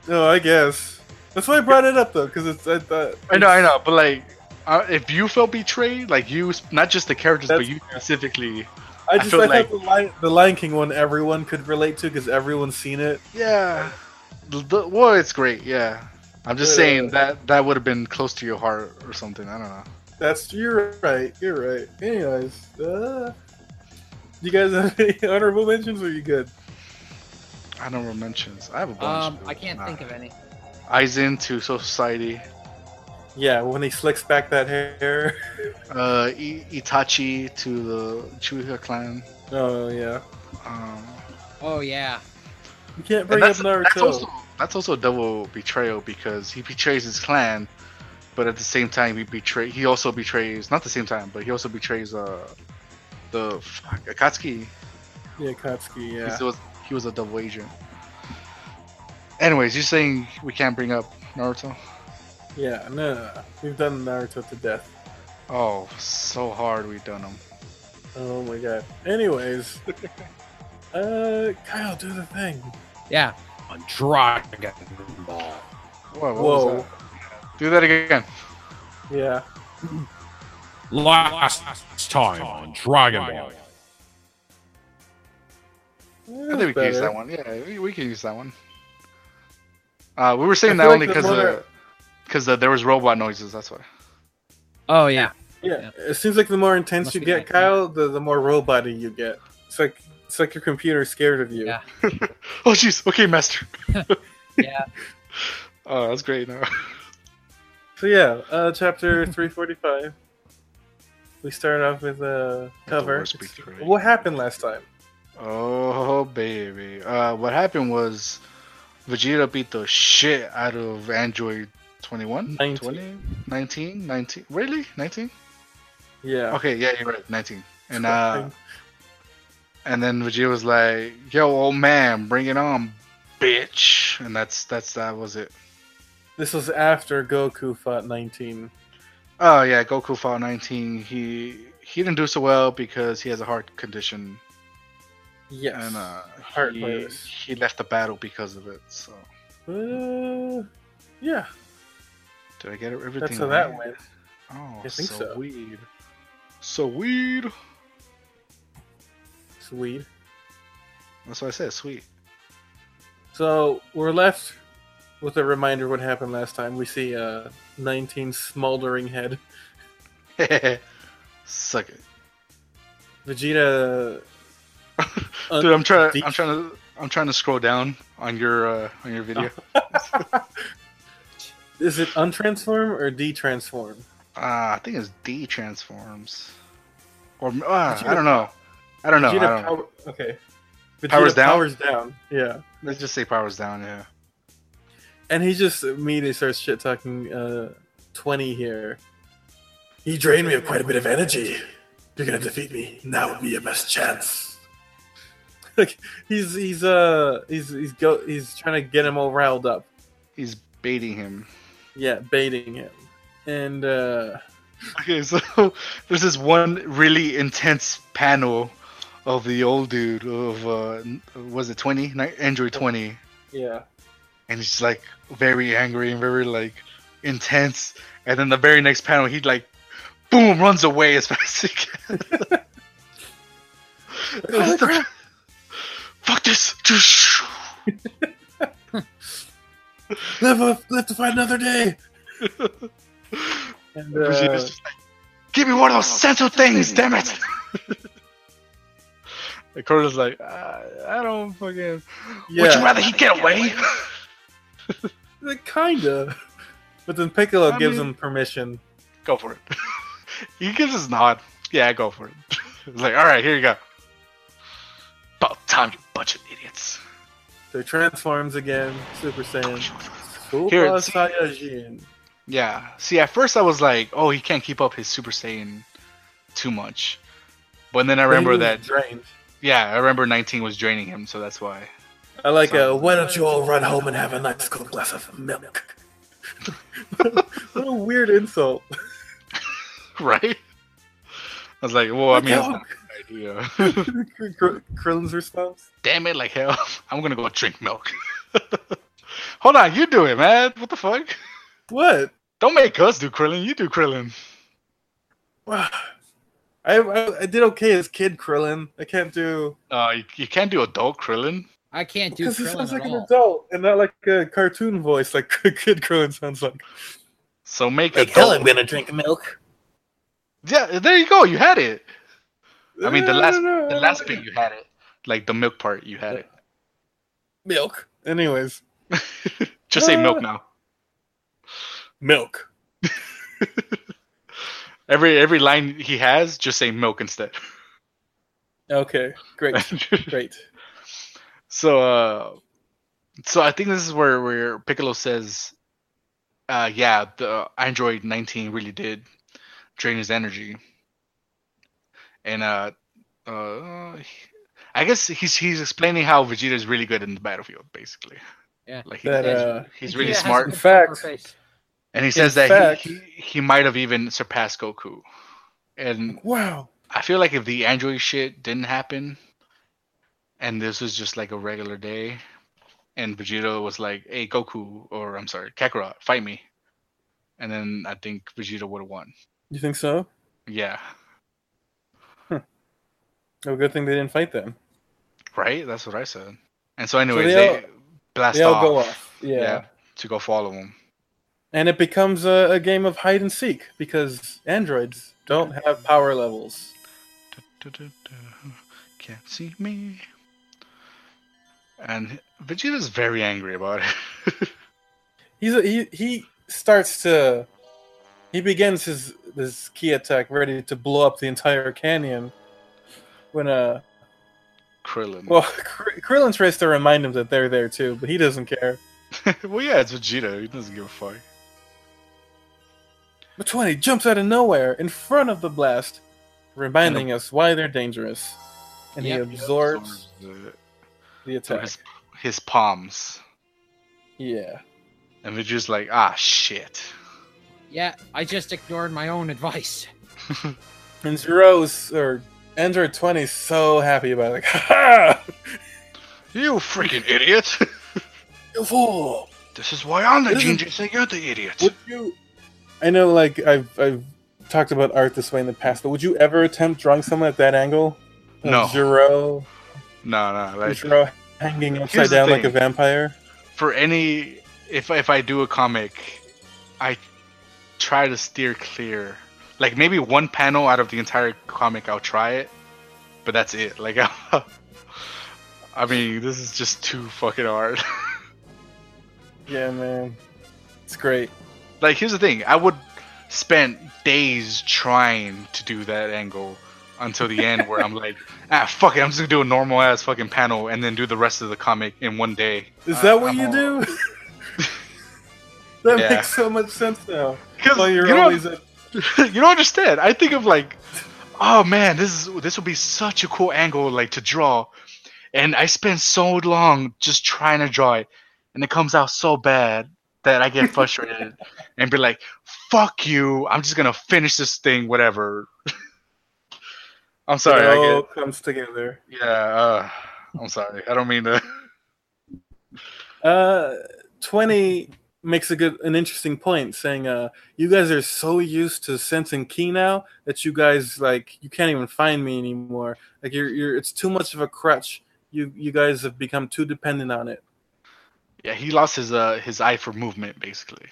Speaker 2: no, I guess that's why I brought it up though, because it's I thought
Speaker 3: I know, I know, but like, uh, if you felt betrayed, like you, s- not just the characters, but
Speaker 2: That's-
Speaker 3: you specifically.
Speaker 2: I
Speaker 3: I
Speaker 2: just I,
Speaker 3: feel
Speaker 2: thought the Lion, the Lion King one everyone could relate to because everyone's seen it.
Speaker 3: Yeah. The, the- well, it's great. Yeah. I'm just
Speaker 2: Yeah.
Speaker 3: saying that that would have been close to your heart or something. I don't know.
Speaker 2: That's you're right, you're right. Anyways, uh, You guys have any honorable mentions? Or are you good?
Speaker 3: Honorable mentions. I have a bunch.
Speaker 4: Um, I can't think of any.
Speaker 3: Eyes into Social Society.
Speaker 2: Yeah, when he slicks back that hair.
Speaker 3: Uh, I- Itachi to the Chuuka clan.
Speaker 2: Oh yeah,
Speaker 3: Um,
Speaker 4: Oh yeah,
Speaker 2: you can't
Speaker 3: and
Speaker 2: bring up
Speaker 3: that's, that's
Speaker 2: Naruto.
Speaker 3: also that's also double betrayal because he betrays his clan, but at the same time he betray he also betrays not the same time but he also betrays uh the fuck, Akatsuki.
Speaker 2: yeah, Katsuki. Yeah.
Speaker 3: He was he was a double agent. Anyways, you're saying we can't bring up Naruto?
Speaker 2: Yeah, no, no, no. We've done Naruto to death.
Speaker 3: Oh, so hard we done him.
Speaker 2: Oh my god. Anyways, uh, Kyle, do the thing.
Speaker 4: yeah. On Dragon Ball.
Speaker 3: Whoa, what was
Speaker 2: Whoa.
Speaker 3: that? Do that again.
Speaker 2: Yeah.
Speaker 5: Last time on Dragon Ball.
Speaker 3: I think we can use that one. Yeah, we, we can use that one. Uh, we were
Speaker 2: I
Speaker 3: saying that
Speaker 2: feel like
Speaker 3: only
Speaker 2: the
Speaker 3: because
Speaker 2: more-
Speaker 3: because there was robot noises. That's why.
Speaker 4: Oh yeah.
Speaker 2: Yeah. It seems like the more intense
Speaker 4: Must
Speaker 2: you
Speaker 4: be
Speaker 2: get,
Speaker 4: like-
Speaker 2: Kyle, the, the more robot you get. It's like it's like your computer's scared of you.
Speaker 4: Yeah.
Speaker 3: Oh jeez. Okay, master.
Speaker 4: Yeah.
Speaker 3: Oh, that's great. No.
Speaker 2: So yeah, uh, chapter three forty five. We start off with a cover.
Speaker 3: worst
Speaker 2: It's-
Speaker 3: betrayal.
Speaker 2: What happened last time?
Speaker 3: Oh baby. Uh, what happened was Vegeta beat the shit out of Android 21,
Speaker 2: Nineteen.
Speaker 3: 20, 19, 19. Really? 19?
Speaker 2: Yeah.
Speaker 3: Okay, yeah, you're right. 19. And uh, and then Vegeta was like, "Yo, old man, bring it on, bitch." And that's that's that was it.
Speaker 2: This was after Goku fought nineteen.
Speaker 3: Oh yeah, Goku fought 19. He he didn't do so well because he has a heart condition
Speaker 2: Yes.
Speaker 3: and uh,
Speaker 2: Heart
Speaker 3: he,
Speaker 2: virus.
Speaker 3: he left the battle because of it. So
Speaker 2: Uh, yeah,
Speaker 3: did I get everything?
Speaker 2: that's how that
Speaker 3: right?
Speaker 2: went.
Speaker 3: Oh,
Speaker 2: I think
Speaker 3: so,
Speaker 2: so.
Speaker 3: weird. So weird.
Speaker 2: Sweet.
Speaker 3: That's what I said. Sweet.
Speaker 2: So we're left with a reminder of what happened last time. We see uh, 19 smoldering head.
Speaker 3: Suck it,
Speaker 2: Vegeta. uh,
Speaker 3: dude. I'm trying.
Speaker 2: deep-
Speaker 3: I'm trying to. I'm trying to scroll down on your uh, on your video.
Speaker 2: Is it untransform or detransform?
Speaker 3: Uh, I think it's D transforms, or uh,
Speaker 2: Vegeta-
Speaker 3: I don't know. I don't know. I
Speaker 2: Vegeta
Speaker 3: don't know.
Speaker 2: power- Okay. Vegeta
Speaker 3: Powers down?
Speaker 2: Powers down. Yeah.
Speaker 3: Let's just say powers down. Yeah.
Speaker 2: And he just immediately starts shit talking uh, 20 here. He drained me of quite a bit of energy. You're gonna defeat me. Now would be your best chance. Like he's he's uh he's he's go he's trying to get him all riled up.
Speaker 3: He's baiting him.
Speaker 2: Yeah, baiting him. And uh
Speaker 3: Okay, so there's this one really intense panel of the old dude of uh n- was it 20 Ni- Android 20
Speaker 2: yeah.
Speaker 3: and he's like very angry and very like intense and then the very next panel he like boom runs away as fast as he can. It's the- Fuck this.
Speaker 2: Live a, live to fight another day. and uh,
Speaker 3: Vegeta's just like, Give me one of those sensu things, damn it! And Corda's like, "Uh, I, I don't fucking. Would you
Speaker 2: yeah,
Speaker 3: rather he get away?
Speaker 2: kinda. But then Piccolo
Speaker 3: I
Speaker 2: gives
Speaker 3: mean-
Speaker 2: him permission.
Speaker 3: go for it. he gives us a nod. Yeah, go for it. It's like, all right, here you go. About time, you bunch of idiots.
Speaker 2: So he transforms again, Super Saiyan. Super
Speaker 3: Here, it's-
Speaker 2: Saiyajin.
Speaker 3: Yeah. See, at first I was like, oh, he can't keep up his Super Saiyan too much. But then I remember
Speaker 2: He's
Speaker 3: that.
Speaker 2: drained.
Speaker 3: Yeah, I remember 19 was draining him, so that's why.
Speaker 2: I like
Speaker 3: Sorry.
Speaker 2: a. Why don't you all run home and have a nice cold glass of milk? what a weird insult.
Speaker 3: right? I was like, well, I mean, that's
Speaker 2: Look
Speaker 3: not a good idea.
Speaker 2: Kr- Kr- Krillin's response.
Speaker 3: Damn it, like hell. I'm gonna go drink milk. Hold on, you do it, man. What the fuck?
Speaker 2: What?
Speaker 3: Don't make us do Krillin. You do Krillin.
Speaker 2: Wow. I, I I did okay as kid Krillin. I can't do
Speaker 3: Uh, you, you can't do adult Krillin.
Speaker 4: I can't do
Speaker 2: because he
Speaker 4: Krillin
Speaker 2: sounds
Speaker 4: at
Speaker 2: like an
Speaker 4: all.
Speaker 2: adult and not like a cartoon voice like kid Krillin sounds like.
Speaker 3: So make
Speaker 1: Like
Speaker 3: adult.
Speaker 1: hell, I'm gonna drink milk.
Speaker 3: Yeah, there you go. You had it. I mean, the last-
Speaker 2: No, no,
Speaker 3: The
Speaker 2: no.
Speaker 3: last bit you had it, like the milk part, you had
Speaker 2: milk. Anyways,
Speaker 3: it. Just say milk now.
Speaker 2: milk.
Speaker 3: Every every line he has, just say milk instead.
Speaker 2: Okay, great, great.
Speaker 3: so, uh, so I think this is where where Piccolo says, uh, "Yeah, the Android 19 really did drain his energy," and uh, uh, he- I guess he's he's explaining how Vegeta's really good in the battlefield, basically.
Speaker 4: Yeah.
Speaker 3: like he,
Speaker 2: That
Speaker 4: Yeah,
Speaker 2: uh,
Speaker 3: he's really
Speaker 4: Yeah, it has a
Speaker 3: smart.
Speaker 4: good
Speaker 2: In fact-
Speaker 4: poker face.
Speaker 3: And he says
Speaker 2: In
Speaker 3: that
Speaker 2: fact-
Speaker 3: he, he, he might have even surpassed Goku. And
Speaker 2: wow.
Speaker 3: I feel like if the Android shit didn't happen and this was just like a regular day and Vegeta was like, hey, Goku, or I'm sorry, Kakarot, fight me. And then I think Vegeta would have won.
Speaker 2: You think so?
Speaker 3: Yeah.
Speaker 2: Oh, good thing they didn't fight them.
Speaker 3: Right? That's what I said. And so, anyways,
Speaker 2: they
Speaker 3: they,
Speaker 2: all-
Speaker 3: blast
Speaker 2: They all
Speaker 3: off.
Speaker 2: go off. Yeah.
Speaker 3: To go follow him.
Speaker 2: And it becomes a, a game of hide and seek because androids don't have power levels.
Speaker 3: Can't see me. And Vegeta's very angry about it.
Speaker 2: He's a, he he starts to he begins his his key attack ready to blow up the entire canyon when uh
Speaker 3: Krillin.
Speaker 2: well Kr- Krillin tries to remind him that they're there too, but he doesn't care.
Speaker 3: well, yeah, it's Vegeta. He doesn't give a fuck.
Speaker 2: But twenty jumps out of nowhere in front of the blast, reminding us why they're dangerous, and
Speaker 4: Yep.
Speaker 2: he absorbs
Speaker 3: Absorbs
Speaker 2: the
Speaker 3: the-
Speaker 2: attack.
Speaker 3: his, his palms.
Speaker 2: Yeah.
Speaker 3: And Vegeta's like, ah, shit.
Speaker 4: Yeah, I just ignored my own advice.
Speaker 2: And Zero's or Android 20's so happy about it. Ah! Like, ha ha!
Speaker 3: You freaking idiot!
Speaker 2: You fool!
Speaker 3: this is why I'm the
Speaker 2: This is-
Speaker 3: ginger, so you're the idiot.
Speaker 2: Would you. I know, like, I've, I've talked about art this way in the past, but would you ever attempt drawing someone at that angle? Of
Speaker 3: No.
Speaker 2: Zero,
Speaker 3: No, no, like
Speaker 2: Zero hanging upside
Speaker 3: the
Speaker 2: down like a
Speaker 3: thing.
Speaker 2: vampire?
Speaker 3: for any, if if I do a comic, I try to steer clear. Like maybe one panel out of the entire comic, I'll try it, but that's it. Like, I mean, this is just too fucking hard.
Speaker 2: Yeah, man. It's great.
Speaker 3: Like, here's the thing: I would spend days trying to do that angle until the end, where I'm like, ah, fuck it, I'm just gonna do a normal ass fucking panel and then do the rest of the comic in one day.
Speaker 2: Is
Speaker 3: I-
Speaker 2: that what
Speaker 3: Uh, I'm
Speaker 2: you
Speaker 3: all-
Speaker 2: do? that
Speaker 3: Yeah.
Speaker 2: makes so much sense now.
Speaker 3: 'Cause
Speaker 2: Well, you're
Speaker 3: you don't-
Speaker 2: always at
Speaker 3: you don't understand. I think of like, oh man, this is this would be such a cool angle like to draw, and I spend so long just trying to draw it, and it comes out so bad that I get frustrated and be like, fuck you, I'm just gonna finish this thing, whatever. I'm sorry.
Speaker 2: it
Speaker 3: I
Speaker 2: all
Speaker 3: get,
Speaker 2: comes together.
Speaker 3: yeah, uh, I'm sorry. I don't mean to.
Speaker 2: Uh, 20 makes a good an interesting point saying uh you guys are so used to sensing key now that you guys like you can't even find me anymore like you're you're it's too much of a crutch you you guys have become too dependent on it
Speaker 3: Yeah, he lost his uh his eye for movement basically.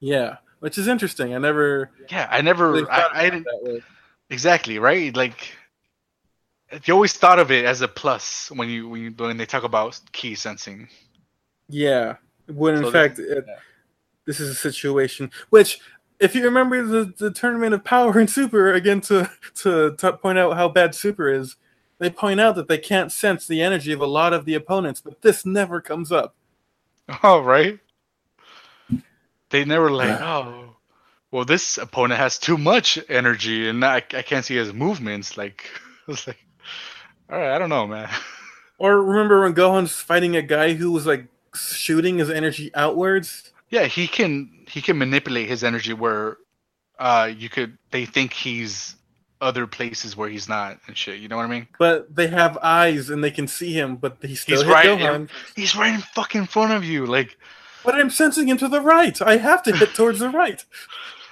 Speaker 2: yeah which is interesting i never
Speaker 3: Yeah, I never.
Speaker 2: really thought about
Speaker 3: I, I didn't.
Speaker 2: it that way.
Speaker 3: Exactly right. Like you always thought of it as a plus when you when you, when they talk about key sensing.
Speaker 2: yeah when in
Speaker 3: So this-
Speaker 2: fact it, this is a situation which if you remember the, the tournament of power in super again to, to to point out how bad super is they point out that they can't sense the energy of a lot of the opponents but this never comes up
Speaker 3: Oh right. They never like oh, well this opponent has too much energy and I I can't see his movements. Like I was like, all right, I don't know, man.
Speaker 2: or remember when gohan's fighting a guy who was like shooting his energy outwards
Speaker 3: Yeah, he can he can manipulate his energy where uh you could they think he's other places where he's not and shit. You know what I mean?
Speaker 2: but they have eyes and they can see him but he still
Speaker 3: He's
Speaker 2: hit
Speaker 3: right in-
Speaker 2: gohan
Speaker 3: He's right in fucking front of you. Like
Speaker 2: but i'm sensing him to the right i have to hit towards the right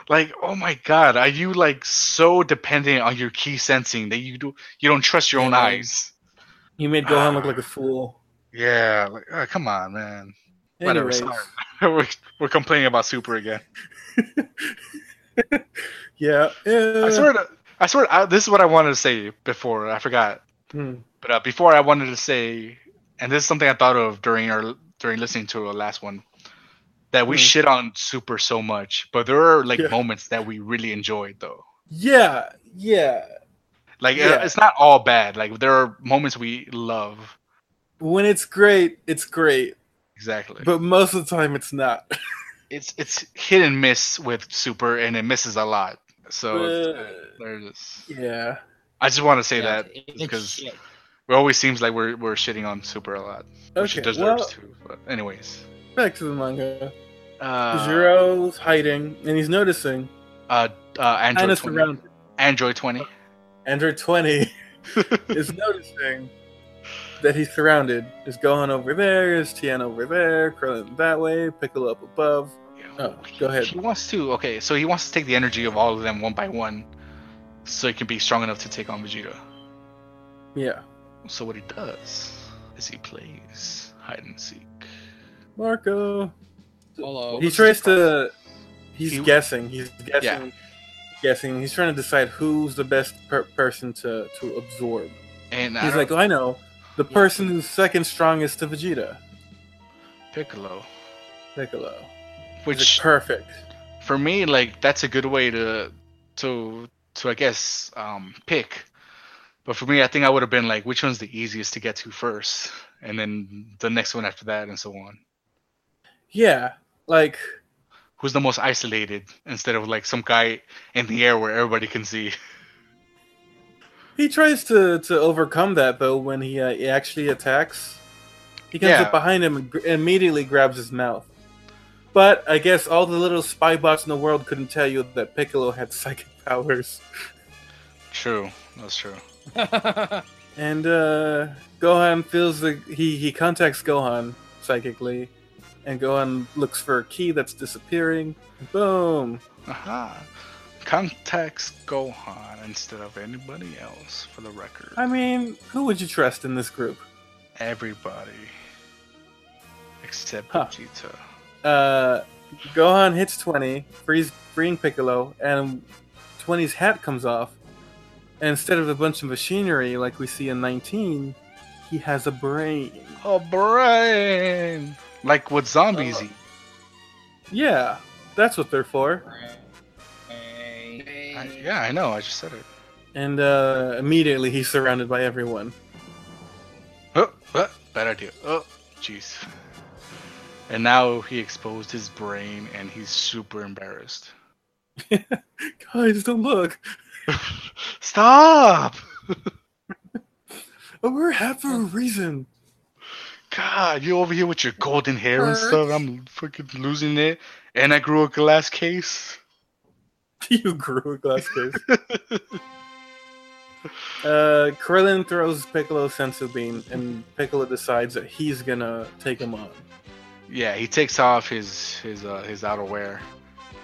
Speaker 3: like oh my god are you like so dependent on your key sensing that you do you don't trust your own
Speaker 2: Yeah.
Speaker 3: eyes
Speaker 2: he made gohan look like a fool
Speaker 3: yeah like oh, come on man Whatever,
Speaker 2: Anyways.
Speaker 3: sorry. we're, we're complaining about super again
Speaker 2: yeah
Speaker 3: i
Speaker 2: eh.
Speaker 3: swear to I swear, I, this is what I wanted to say before. I forgot.
Speaker 2: Hmm.
Speaker 3: But uh, before I wanted to say, and this is something I thought of during our during listening to our last one, that
Speaker 2: Hmm.
Speaker 3: we shit on Super so much, but there are like
Speaker 2: Yeah.
Speaker 3: moments that we really enjoyed though.
Speaker 2: Yeah, yeah.
Speaker 3: Like uh,
Speaker 2: Yeah.
Speaker 3: it's not all bad. Like there are moments we love.
Speaker 2: When it's great, it's great,
Speaker 3: Exactly.
Speaker 2: but most of the time it's not.
Speaker 3: it's it's hit and miss with Super, and it misses a lot. So uh,
Speaker 2: Uh,
Speaker 3: there's.
Speaker 2: yeah,
Speaker 3: I just want to say
Speaker 4: Yeah,
Speaker 3: that
Speaker 4: it- it's
Speaker 3: because
Speaker 4: shit.
Speaker 3: it always seems like we're we're shitting on Super a lot, which
Speaker 2: Okay,
Speaker 3: it deserves
Speaker 2: well-
Speaker 3: to. But anyways,
Speaker 2: back to the manga.
Speaker 3: uh,
Speaker 2: Zero's hiding, and he's noticing.
Speaker 3: uh, uh, Android
Speaker 2: Anna's
Speaker 3: 20.
Speaker 2: around.
Speaker 3: Android 20.
Speaker 2: Android 20 is noticing that he's surrounded. Is Gohan over there? Is Tien over there? Krillin that way? Piccolo up above? Oh, go ahead.
Speaker 3: He wants to. Okay, so he wants to take the energy of all of them one by one, so he can be strong enough to take on Vegeta.
Speaker 2: Yeah.
Speaker 3: So what he does is he plays hide and seek.
Speaker 2: Marco.
Speaker 4: Hello.
Speaker 2: he tries to. He's
Speaker 3: He-
Speaker 2: guessing. He's guessing.
Speaker 3: Yeah.
Speaker 2: Guessing. He's trying to decide who's the best per- person to to absorb.
Speaker 3: And
Speaker 2: he's like, oh, I know, the person who's second strongest to Vegeta,
Speaker 3: Piccolo,
Speaker 2: Piccolo. Which
Speaker 3: which
Speaker 2: perfect.
Speaker 3: for me like that's a good way to to to i guess um pick but for me i think i would have been like which one's the easiest to get to first and then the next one after that and so on
Speaker 2: Yeah, like
Speaker 3: who's the most isolated instead of like some guy in the air where everybody can see
Speaker 2: He tries to to overcome that though when he, uh, he actually attacks. He comes
Speaker 3: Yeah.
Speaker 2: up behind him and gr- immediately grabs his mouth. But I guess all the little spy bots in the world couldn't tell you that Piccolo had psychic powers.
Speaker 3: true that's true
Speaker 2: And uh, Gohan feels the he he contacts Gohan psychically, and Gohan looks for a key that's disappearing. Boom!
Speaker 3: aha contacts gohan instead of anybody else for the record
Speaker 2: I mean, who would you trust in this group?
Speaker 3: everybody except
Speaker 2: Huh.
Speaker 3: vegeta
Speaker 2: uh, Gohan hits 20, frees freeing Piccolo, and 20's hat comes off. And instead of a bunch of machinery like we see in 19, he has a brain.
Speaker 3: oh brain like with zombies eat.
Speaker 2: Yeah, that's what they're for.
Speaker 3: I, yeah, I know. I just said it.
Speaker 2: And uh, immediately he's surrounded by everyone.
Speaker 3: Oh, oh, bad idea. Oh, jeez. And now he exposed his brain, and he's super embarrassed.
Speaker 2: Guys, don't look!
Speaker 3: Stop!
Speaker 2: Oh, we're half for a reason.
Speaker 3: God, you over here with your golden hair and stuff. I'm freaking losing it. And I grew a glass case.
Speaker 2: you grew a glass case. uh, Krillin throws Piccolo a sensu beam, and Piccolo decides that he's gonna take him on.
Speaker 3: Yeah, he takes off his his uh, his outerwear,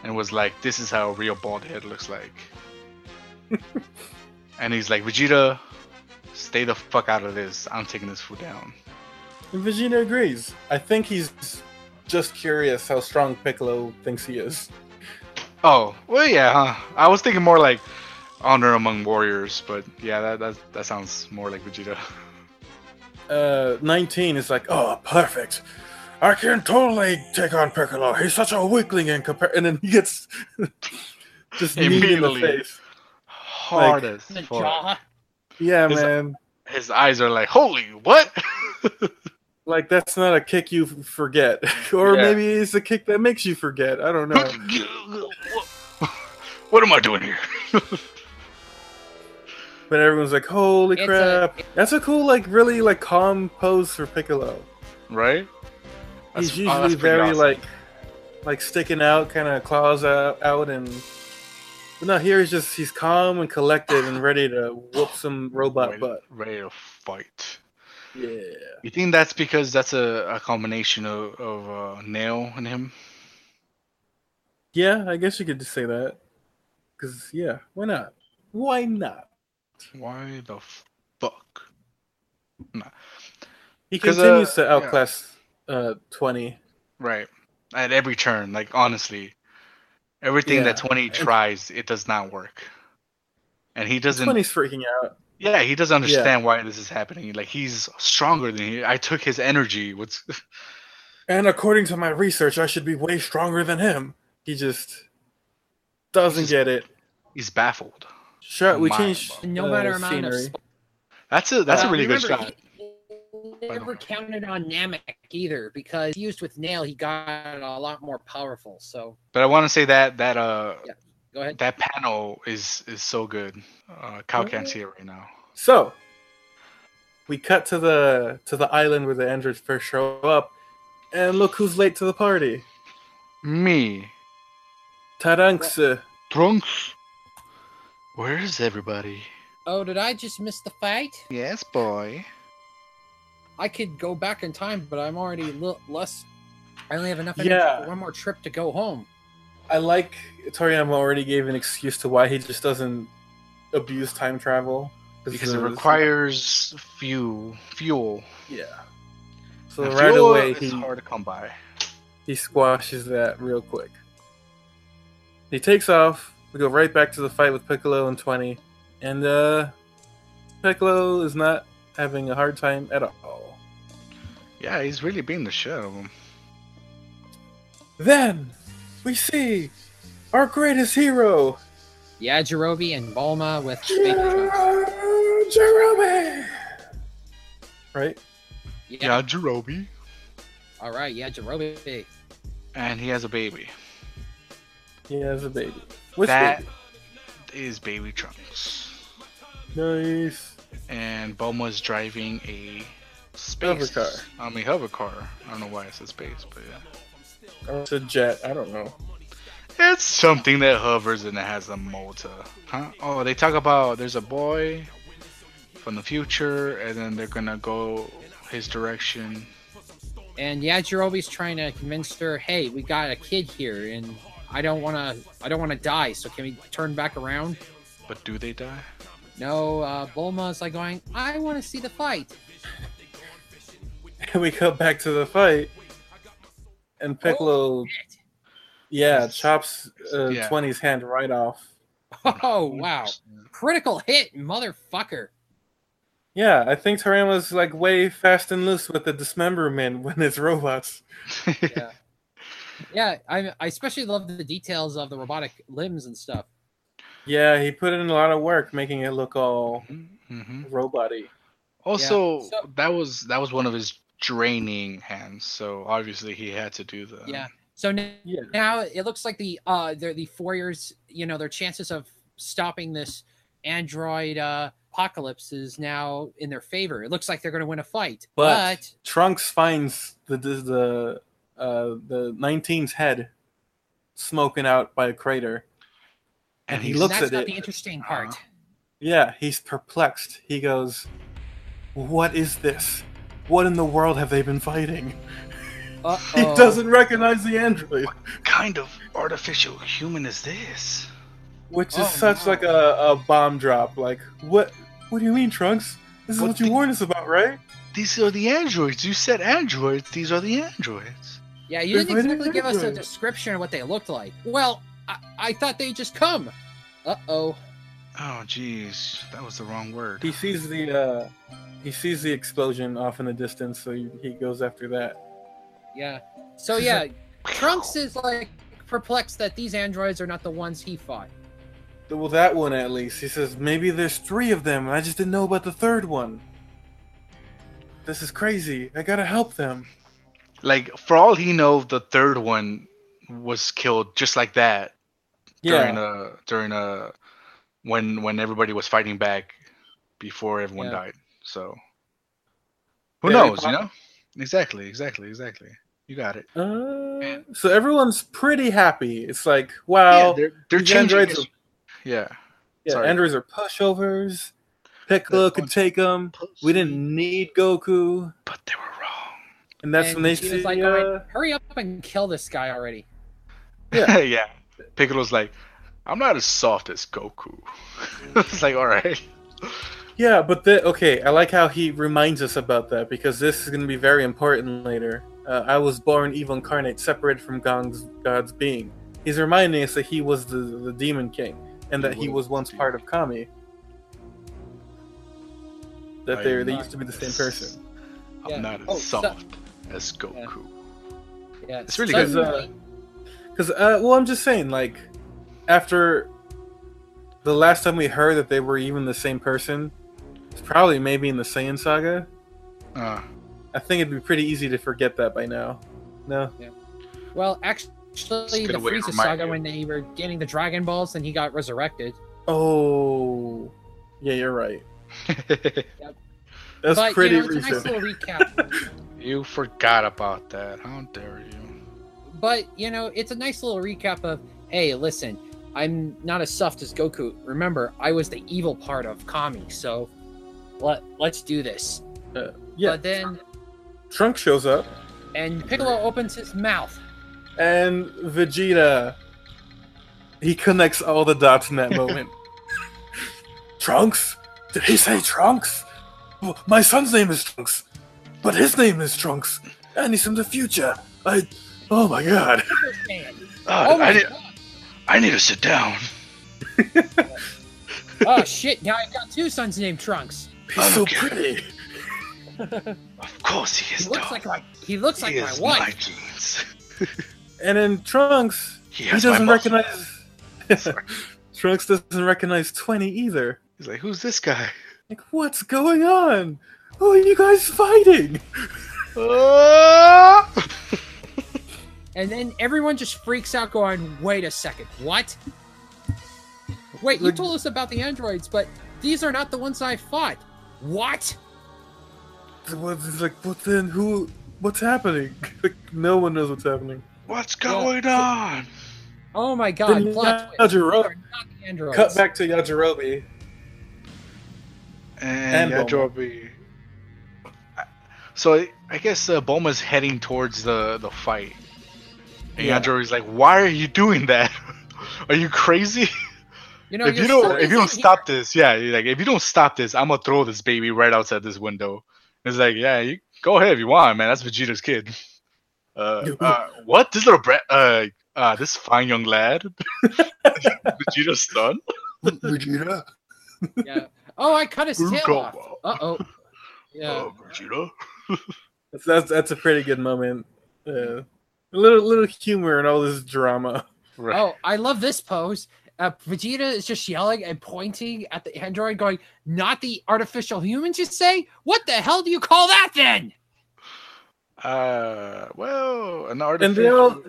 Speaker 3: and was like, "This is how a real bald head looks like." and he's like, "Vegeta, stay the fuck out of this. I'm taking this fool down."
Speaker 2: And Vegeta agrees. I think he's just curious how strong Piccolo thinks he is.
Speaker 3: Oh, well, yeah. Huh? I was thinking more like honor among warriors, but yeah, that that, that sounds more like Vegeta.
Speaker 2: Uh, 19 is like, oh, perfect. I can totally take on Piccolo. He's such a weakling in comparison. And then he gets just kneed in the
Speaker 3: Immediately.
Speaker 2: face.
Speaker 3: Hard as
Speaker 4: The
Speaker 3: fuck.
Speaker 4: jaw.
Speaker 2: Yeah,
Speaker 3: It's-
Speaker 2: man.
Speaker 3: His eyes are like, holy what?
Speaker 2: Like, that's not a kick you f- forget. or
Speaker 3: Yeah.
Speaker 2: maybe it's a kick that makes you forget. I don't know.
Speaker 3: what am I doing here?
Speaker 2: but everyone's like, holy
Speaker 4: It's a-
Speaker 2: crap. that's a cool, like, really, like, calm pose for Piccolo.
Speaker 3: right?
Speaker 2: he's
Speaker 3: oh,
Speaker 2: usually
Speaker 3: pretty
Speaker 2: very
Speaker 3: awesome.
Speaker 2: like like sticking out kind of claws out, out and but no here he's just he's calm and collected and ready to whoop some robot
Speaker 3: Ready-
Speaker 2: butt
Speaker 3: ready to fight.
Speaker 2: yeah
Speaker 3: You think that's because that's a, a combination of, of uh, Nail and him?
Speaker 2: yeah i guess you could just say that because yeah why not why not
Speaker 3: Why the fuck?
Speaker 2: he
Speaker 3: 'Cause, uh,
Speaker 2: continues to
Speaker 3: yeah.
Speaker 2: outclass uh 20
Speaker 3: Right. At every turn, like honestly, everything that
Speaker 2: Yeah.
Speaker 3: 20 tries, it does not work. and he
Speaker 2: That's
Speaker 3: doesn't.
Speaker 2: when he's freaking out.
Speaker 3: Yeah, he doesn't understand why this is happening. Like he's stronger than he. I took his energy. What's
Speaker 2: And according to my research, I should be way stronger than him. He just doesn't get it.
Speaker 3: he's baffled.
Speaker 2: Sure, we
Speaker 3: Mind
Speaker 2: changed
Speaker 3: blown.
Speaker 4: No
Speaker 2: the
Speaker 4: matter amount of
Speaker 2: Uh, scenery.
Speaker 3: That's a that's
Speaker 4: Uh,
Speaker 3: a really good
Speaker 4: remember,
Speaker 3: shot.
Speaker 4: he- he Never counted on Namek either because used with nail he got a lot more powerful. So
Speaker 3: But I want to say that that uh
Speaker 4: Yeah. go ahead.
Speaker 3: that panel is is so good. Uh, Kyle can't see it right now.
Speaker 2: So we cut to the to the island where the Enders first show up, and look who's late to the party.
Speaker 3: Me,
Speaker 2: Taranks.
Speaker 3: Trunks. Where is everybody?
Speaker 4: Oh, did I just miss the fight?
Speaker 3: Yes, boy.
Speaker 4: I could go back in time, but I'm already li- less. I only have enough energy
Speaker 2: Yeah.
Speaker 4: for one more trip to go home.
Speaker 2: I like Toriyama already gave an excuse to why he just doesn't abuse time travel
Speaker 3: Because it
Speaker 2: there's-
Speaker 3: requires fuel. Fuel.
Speaker 2: yeah. So
Speaker 3: And
Speaker 2: right
Speaker 3: fuel
Speaker 2: away
Speaker 3: is
Speaker 2: he
Speaker 3: hard to come by.
Speaker 2: he squashes that real quick. He takes off. We go right back to the fight with Piccolo and 20. And uh Piccolo is not having a hard time at all.
Speaker 3: Yeah, he's really being the shit out of him.
Speaker 2: Then we see our greatest hero,
Speaker 4: Yeah, Jirobi and Bulma with baby trunks.
Speaker 2: Jerome. Right?
Speaker 4: Yeah.
Speaker 3: Yeah, Jirobi.
Speaker 4: All right. Yeah, Jirobi.
Speaker 3: And he has a baby.
Speaker 2: He has a baby. Which
Speaker 3: That is baby Trunks.
Speaker 2: baby? Nice.
Speaker 3: And Bulma's driving a space
Speaker 2: Hover car.
Speaker 3: I mean hover car. I don't know why it says space, but yeah.
Speaker 2: Or Uh, it's a jet. I don't know.
Speaker 3: It's something that hovers and it has a motor. Huh? Oh, they talk about there's a boy from the future and then they're gonna go his direction.
Speaker 4: And yeah, Jirobi's trying to convince her, "Hey, we got a kid here, and I don't want to. I don't want to die. So can we turn back around?"
Speaker 3: But do they die?
Speaker 4: No, uh, Bulma's like going, "I want to see the fight."
Speaker 2: And we go back to the fight. And Piccolo, yeah, chops uh,
Speaker 3: Yeah.
Speaker 2: 20's hand right off.
Speaker 4: Oh wow! Critical hit, motherfucker.
Speaker 2: Yeah, I think Toriyama's like way fast and loose with the dismemberment when it's robots.
Speaker 4: Yeah, yeah. I, I especially love the details of the robotic limbs and stuff.
Speaker 2: Yeah, he put in a lot of work making it look all
Speaker 3: mm-hmm.
Speaker 2: roboty.
Speaker 3: Also,
Speaker 4: So-
Speaker 3: that was that was one of his draining hands, so obviously he had to do that.
Speaker 4: Yeah. So now,
Speaker 2: Yeah.
Speaker 4: now it looks like the uh, they're the four years. You know, their chances of stopping this android uh, apocalypse is now in their favor. It looks like they're going to win a fight,
Speaker 2: But-
Speaker 4: but
Speaker 2: Trunks finds the the the, uh, the 19's head smoking out by a crater.
Speaker 3: and,
Speaker 2: And he
Speaker 3: he
Speaker 2: looks
Speaker 3: looks.
Speaker 4: that's
Speaker 2: at
Speaker 4: not
Speaker 2: it.
Speaker 4: the interesting part.
Speaker 3: Uh-huh.
Speaker 2: Yeah, he's perplexed. He goes, "What is this? What in the world have they been fighting?"
Speaker 4: Uh-oh.
Speaker 2: He doesn't recognize the android,
Speaker 3: What kind of artificial human is this?
Speaker 2: which is
Speaker 4: Oh,
Speaker 2: such
Speaker 4: no.
Speaker 2: like a, a bomb drop. Like, what? What do you mean, Trunks? This is
Speaker 3: What
Speaker 2: what you
Speaker 3: the-
Speaker 2: warned us about, right?
Speaker 3: These are the androids. You said androids. These are the androids.
Speaker 4: Yeah, you didn't
Speaker 2: They're fighting
Speaker 4: exactly give us a
Speaker 2: androids.
Speaker 4: description of what they looked like. Well, I, I thought they just come. Uh oh.
Speaker 3: Oh, jeez, that was the wrong word.
Speaker 2: He sees the uh, he sees the explosion off in the distance, so he, he goes after that.
Speaker 4: Yeah. So yeah, Trunks is like perplexed that these androids are not the ones he fought.
Speaker 2: Well, that one at least. He says maybe there's three of them, and I just didn't know about the third one. This is crazy. I gotta help them.
Speaker 3: Like, for all he know, the third one was killed just like that during a during a when when everybody was fighting back before everyone
Speaker 4: Yeah.
Speaker 3: died. So who
Speaker 2: Yeah, they
Speaker 3: knows? You know exactly, exactly, exactly. You got it.
Speaker 2: Uh, so everyone's pretty happy. It's like, wow,
Speaker 3: they're they're
Speaker 2: these
Speaker 3: changing.
Speaker 2: androids
Speaker 3: his- Yeah.
Speaker 2: yeah,
Speaker 3: sorry.
Speaker 2: androids are pushovers. Piccolo
Speaker 3: They're
Speaker 2: could
Speaker 3: on-
Speaker 2: take them. We didn't need Goku,
Speaker 3: but they were wrong.
Speaker 2: and that's
Speaker 4: And
Speaker 2: when they
Speaker 4: she
Speaker 2: see.
Speaker 4: was like,
Speaker 2: uh,
Speaker 4: "All right, hurry up and kill this guy already.
Speaker 3: Yeah. yeah. Piccolo's like, I'm not as soft as Goku. it's like, all right.
Speaker 2: Yeah, but the, okay, I like how he reminds us about that because this is going to be very important later. Uh, I was born evil incarnate, separated from Gong's God's being. He's reminding us that he was the, the demon king and
Speaker 3: He
Speaker 2: that he
Speaker 3: was
Speaker 2: was once
Speaker 3: the
Speaker 2: part of Kami. that
Speaker 3: I
Speaker 2: they
Speaker 3: am
Speaker 2: they
Speaker 3: not
Speaker 2: used to be the same
Speaker 3: as-
Speaker 2: person.
Speaker 3: I'm
Speaker 4: Yeah.
Speaker 3: not as
Speaker 4: Oh, so-
Speaker 3: soft as Goku.
Speaker 4: Yeah,
Speaker 3: It's really
Speaker 2: good.
Speaker 4: suddenly-
Speaker 2: Because uh, well, I'm just saying, like after the last time we heard that they were even the same person, it's probably maybe in the Saiyan saga.
Speaker 3: Uh,
Speaker 2: I think it'd be pretty easy to forget that by now. No,
Speaker 4: Well, actually,
Speaker 3: good
Speaker 4: the
Speaker 3: way to
Speaker 4: Frieza
Speaker 3: remind
Speaker 4: saga
Speaker 3: you.
Speaker 4: when they were getting the Dragon Balls and he got resurrected.
Speaker 2: Oh, yeah, you're right.
Speaker 3: Uh,
Speaker 2: That's
Speaker 4: but,
Speaker 2: pretty
Speaker 4: you know, it's
Speaker 2: recent.
Speaker 4: a nice little recap.
Speaker 3: you forgot about that. How dare you?
Speaker 4: but you know, it's a nice little recap of, hey, listen, I'm not as soft as Goku. Remember, I was the evil part of Kami, so let let's do this.
Speaker 2: yeah,
Speaker 4: But then,
Speaker 2: Trunk shows up,
Speaker 4: and Piccolo opens his mouth.
Speaker 2: and Vegeta. He connects all the dots in that moment. Trunks? Did he say Trunks? Well, my son's name is Trunks, but his name is Trunks, and he's in the future. I, oh my god.
Speaker 4: Super Saiyan.
Speaker 3: Uh,
Speaker 4: Oh my
Speaker 3: I, need,
Speaker 4: god!
Speaker 3: I need to sit down.
Speaker 4: Oh shit! Now I've got two sons named Trunks.
Speaker 2: He's so
Speaker 3: Okay.
Speaker 2: pretty.
Speaker 3: Of course he
Speaker 4: He
Speaker 3: is.
Speaker 4: looks
Speaker 3: dog.
Speaker 4: like my he looks
Speaker 3: he
Speaker 4: like my
Speaker 3: is
Speaker 4: wife.
Speaker 3: my jeans.
Speaker 2: And then Trunks,
Speaker 3: He,
Speaker 2: he
Speaker 3: has my
Speaker 2: doesn't
Speaker 3: muscle.
Speaker 2: recognize.
Speaker 3: Sorry.
Speaker 2: Trunks doesn't recognize Twenty either.
Speaker 3: He's like, who's this guy?
Speaker 2: Like, what's going on? Who are you guys fighting?
Speaker 3: Uh,
Speaker 4: And then everyone just freaks out, going, wait a second, what? Wait, you told us about the androids, but these are not the ones I fought. What?
Speaker 2: What- It's like, but then who? What's happening? Like, no one knows what's happening.
Speaker 3: what's going on?
Speaker 4: Oh my god,
Speaker 2: Then
Speaker 4: plot
Speaker 2: now
Speaker 4: twist. These
Speaker 2: Jiro-
Speaker 4: are not the androids.
Speaker 2: Cut back to Yajirobe. And
Speaker 3: And, yeah, Joby. So I, I guess uh, Bulma's heading towards the the fight. And
Speaker 2: Yeah.
Speaker 3: Yajirobe's like, "Why are you doing that? are you crazy?
Speaker 4: You know,
Speaker 3: if
Speaker 4: your
Speaker 3: you don't
Speaker 4: son
Speaker 3: if you don't
Speaker 4: isn't
Speaker 3: stop this, yeah, you're like if you don't stop this, I'm gonna throw this baby right outside this window." It's like, yeah, you go ahead if you want, man. That's Vegeta's kid. Uh, uh, what? This little brat, uh, uh, this fine young lad, Vegeta's son.
Speaker 2: Vegeta.
Speaker 4: here. Yeah. Oh, I cut his tail off.
Speaker 3: Gurukoma.
Speaker 4: Uh oh. Yeah.
Speaker 3: Oh, Vegeta.
Speaker 2: That's, that's that's a pretty good moment. Yeah. A little little humor and all this drama.
Speaker 3: Right.
Speaker 4: Oh, I love this pose. Uh, Vegeta is just yelling and pointing at the android, going, "Not the artificial humans, you say? What the hell do you call that then?"
Speaker 3: Uh, well, an artist.
Speaker 2: And they all-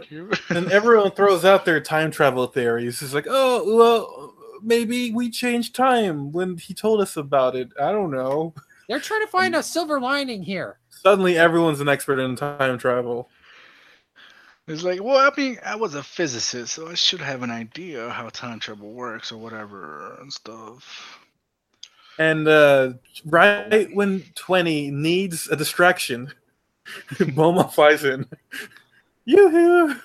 Speaker 2: And everyone throws out their time travel theories. It's like, oh well, maybe we changed time when he told us about it. I don't know.
Speaker 4: They're trying to find a silver lining here.
Speaker 2: Suddenly, everyone's an expert in time travel.
Speaker 3: It's like, well, I mean, I was a physicist, so I should have an idea how time travel works or whatever and stuff.
Speaker 2: And uh, right when 20 needs a distraction, Boma flies in. Yoo-hoo!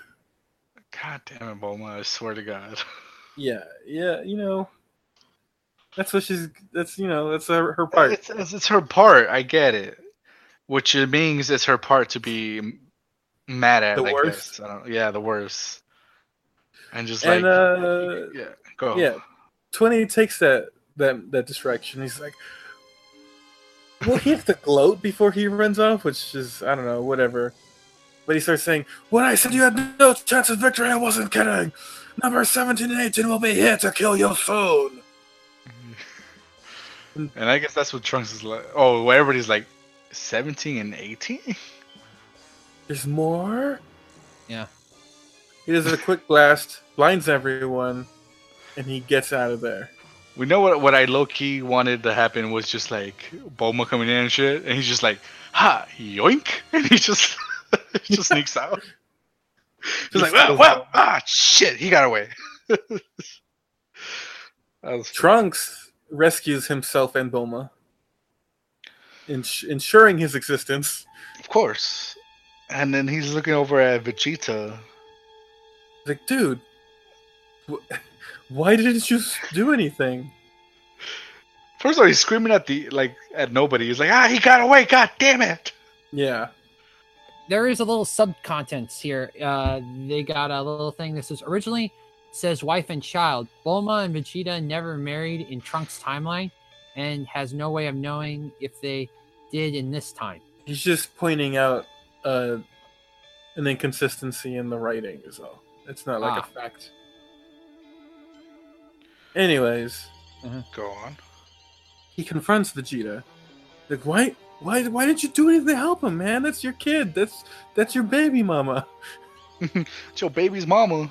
Speaker 3: God damn it, Bulma! I swear to God.
Speaker 2: Yeah, yeah, you know. That's what she's, that's, you know, that's her, her part.
Speaker 3: It's, it's, it's her part. I get it, which it means it's her part to be m- mad at.
Speaker 2: The
Speaker 3: I
Speaker 2: worst?
Speaker 3: guess. I don't, yeah, the worst. And just like,
Speaker 2: And, uh,
Speaker 3: yeah, go.
Speaker 2: yeah. 20 takes that, that, that distraction. He's like, well, he has to gloat before he runs off, which is, I don't know, whatever. But he starts saying, when I said you had no chance of victory, I wasn't kidding. Number 17 and 18 will be here to kill you soon.
Speaker 3: And I guess that's what Trunks is like. Oh, where everybody's like, seventeen and eighteen.
Speaker 2: There's more?
Speaker 4: Yeah.
Speaker 2: He does a quick blast, blinds everyone, and he gets out of there.
Speaker 3: We know what what I low key wanted to happen was just like Bulma coming in and shit, and he's just like, "Ha, yoink!" and he just he just sneaks out. He's like, "Wow, wow, ah, shit!" He got away. that was
Speaker 2: Trunks rescues himself and Bulma, ins- ensuring his existence.
Speaker 3: of course. And then he's looking over at Vegeta.
Speaker 2: Like, dude, wh- why didn't you s- do anything?
Speaker 3: First of all, he's screaming at the like at nobody. He's like, "Ah, he got away! God damn it!"
Speaker 2: Yeah.
Speaker 4: there is a little sub contents here. Uh, they got a little thing that says originally it says wife and child. Bulma and Vegeta never married in Trunks' timeline, and has no way of knowing if they did in this time.
Speaker 2: He's just pointing out uh, an inconsistency in the writing, is all. It's not like
Speaker 4: Ah.
Speaker 2: a fact. Anyways,
Speaker 3: Go on.
Speaker 2: he confronts Vegeta. Like, why, why, why didn't you do anything to help him, man? That's your kid. That's that's your baby mama.
Speaker 3: It's your baby's mama.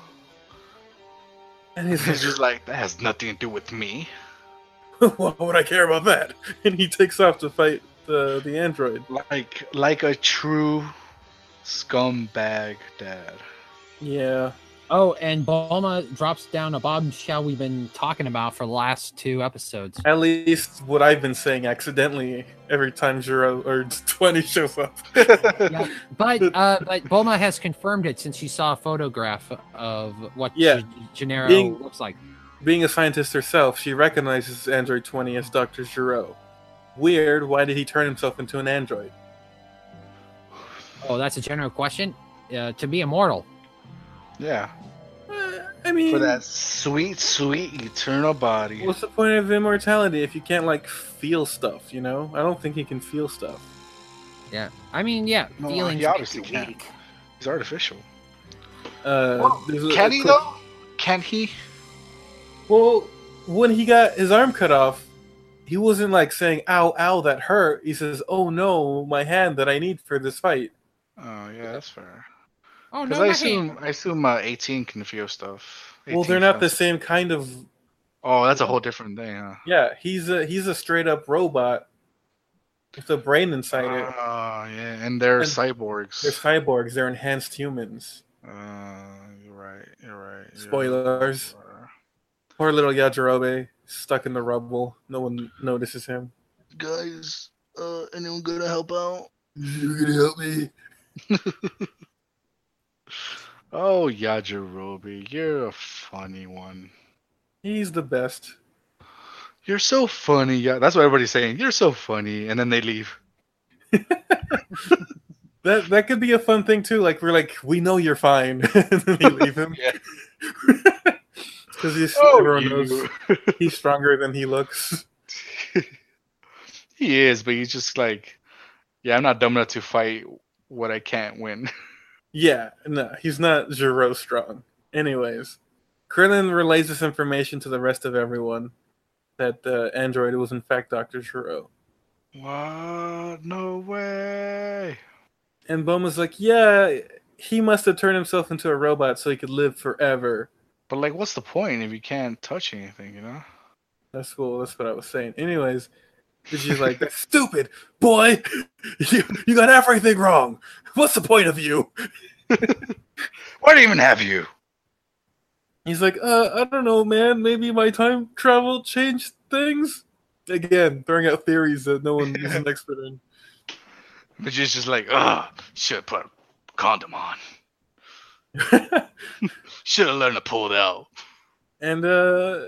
Speaker 2: And he's
Speaker 3: He's
Speaker 2: just
Speaker 3: just like, that has nothing to do with me.
Speaker 2: like, why would I care about that? And he takes off to fight the the android.
Speaker 3: Like, like a true scumbag dad.
Speaker 2: Yeah,
Speaker 4: Oh, and Bulma drops down a bombshell we've been talking about for the last two episodes.
Speaker 2: at least what I've been saying accidentally every time Zero or Twenty shows up.
Speaker 4: Yeah, but uh, but Bulma has confirmed it since she saw a photograph of what
Speaker 2: Yeah.
Speaker 4: G- Gennaro
Speaker 2: Being-
Speaker 4: looks like.
Speaker 2: Being a scientist herself, she recognizes Android 20 as Dr. Giro. Weird, why did he turn himself into an android?
Speaker 4: Oh, that's a general question. Uh, to be immortal,
Speaker 3: Yeah.
Speaker 2: Eh, I mean,
Speaker 3: For
Speaker 4: Hmm.
Speaker 3: that sweet, sweet eternal body.
Speaker 2: what's the point of immortality if you can't, like, feel stuff, you know? I don't think he can feel stuff.
Speaker 4: I mean, yeah,
Speaker 3: No,
Speaker 4: feelings
Speaker 3: he obviously
Speaker 4: make you
Speaker 3: can't.
Speaker 4: weak.
Speaker 3: He's artificial.
Speaker 2: Uh,
Speaker 3: Well,
Speaker 2: there's a-
Speaker 3: Can
Speaker 2: a
Speaker 3: he
Speaker 2: quick-
Speaker 3: though? Can he?
Speaker 2: Well, when he got his arm cut off, he wasn't, like, saying, ow, ow, that hurt. He says, oh no, my hand that I need for this fight.
Speaker 3: Oh yeah, that's fair.
Speaker 4: Oh no,
Speaker 3: Because I
Speaker 4: my
Speaker 3: assume
Speaker 4: hand.
Speaker 3: I assume uh, 18 can feel stuff.
Speaker 2: Well,
Speaker 3: 18
Speaker 2: they're not the
Speaker 3: stuff.
Speaker 2: same kind of
Speaker 3: Oh, that's a whole different thing. Huh?
Speaker 2: Yeah, he's a he's a straight up robot with a brain
Speaker 3: Oh
Speaker 2: inside it.
Speaker 3: Uh, yeah, and they're
Speaker 2: And-
Speaker 3: cyborgs.
Speaker 2: They're cyborgs. They're enhanced humans.
Speaker 3: uh, you're right. You're right. you're
Speaker 2: Spoilers.
Speaker 3: right.
Speaker 2: Poor little Yajirobe, stuck in the rubble. No one notices him.
Speaker 3: Guys, uh, anyone gonna help out?
Speaker 2: You're gonna help me.
Speaker 3: Oh, Yajirobe, you're a funny one.
Speaker 2: He's the best.
Speaker 3: You're so funny. Yeah, that's what everybody's saying. You're so funny, and then they leave.
Speaker 2: That that could be a fun thing too. Like we're like, we know you're fine, and then you leave him.
Speaker 3: Yeah. Oh,
Speaker 2: Because he's Oh, everyone knows
Speaker 3: you.
Speaker 2: he's stronger than he looks.
Speaker 3: he is, but he's just like, yeah, I'm not dumb enough to fight what I can't win.
Speaker 2: Yeah, no, he's not Giro strong. Anyways, Krillin relays this information to the rest of everyone that the android was in fact Dr. Giro.
Speaker 3: What? No way.
Speaker 2: And Boma's like, yeah, he must have turned himself into a robot so he could live forever.
Speaker 3: But like, what's the point if you can't touch anything? You know?
Speaker 2: That's cool. That's what I was saying. Anyways, and she's like, that's stupid, boy. You, you got everything wrong. What's the point of you?
Speaker 3: Why do you even have you?
Speaker 2: He's like, uh, I don't know, man. Maybe my time travel changed things. Again, throwing out theories that no one is an expert in.
Speaker 3: But she's just like, ugh, should put a condom on. Should have learned to pull it out.
Speaker 2: and uh,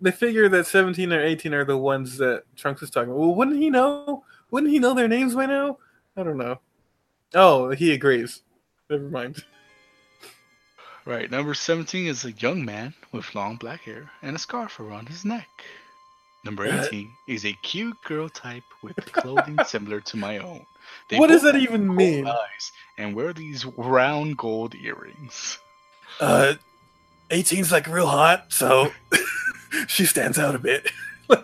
Speaker 2: they figure that 17 or 18 are the ones that Trunks was talking about. Well, wouldn't he know? Wouldn't he know their names by now? I don't know. Oh, he agrees. Never mind.
Speaker 3: Right, number 17 is a young man with long black hair and a scarf around his neck. Number
Speaker 2: Uh-huh.
Speaker 3: 18 is a cute girl type with clothing similar to my own.
Speaker 2: what does
Speaker 3: both
Speaker 2: that
Speaker 3: have
Speaker 2: even
Speaker 3: gold
Speaker 2: mean?
Speaker 3: Eyes and wear these round gold earrings.
Speaker 2: Uh, 18's like real hot, so she stands out a bit. is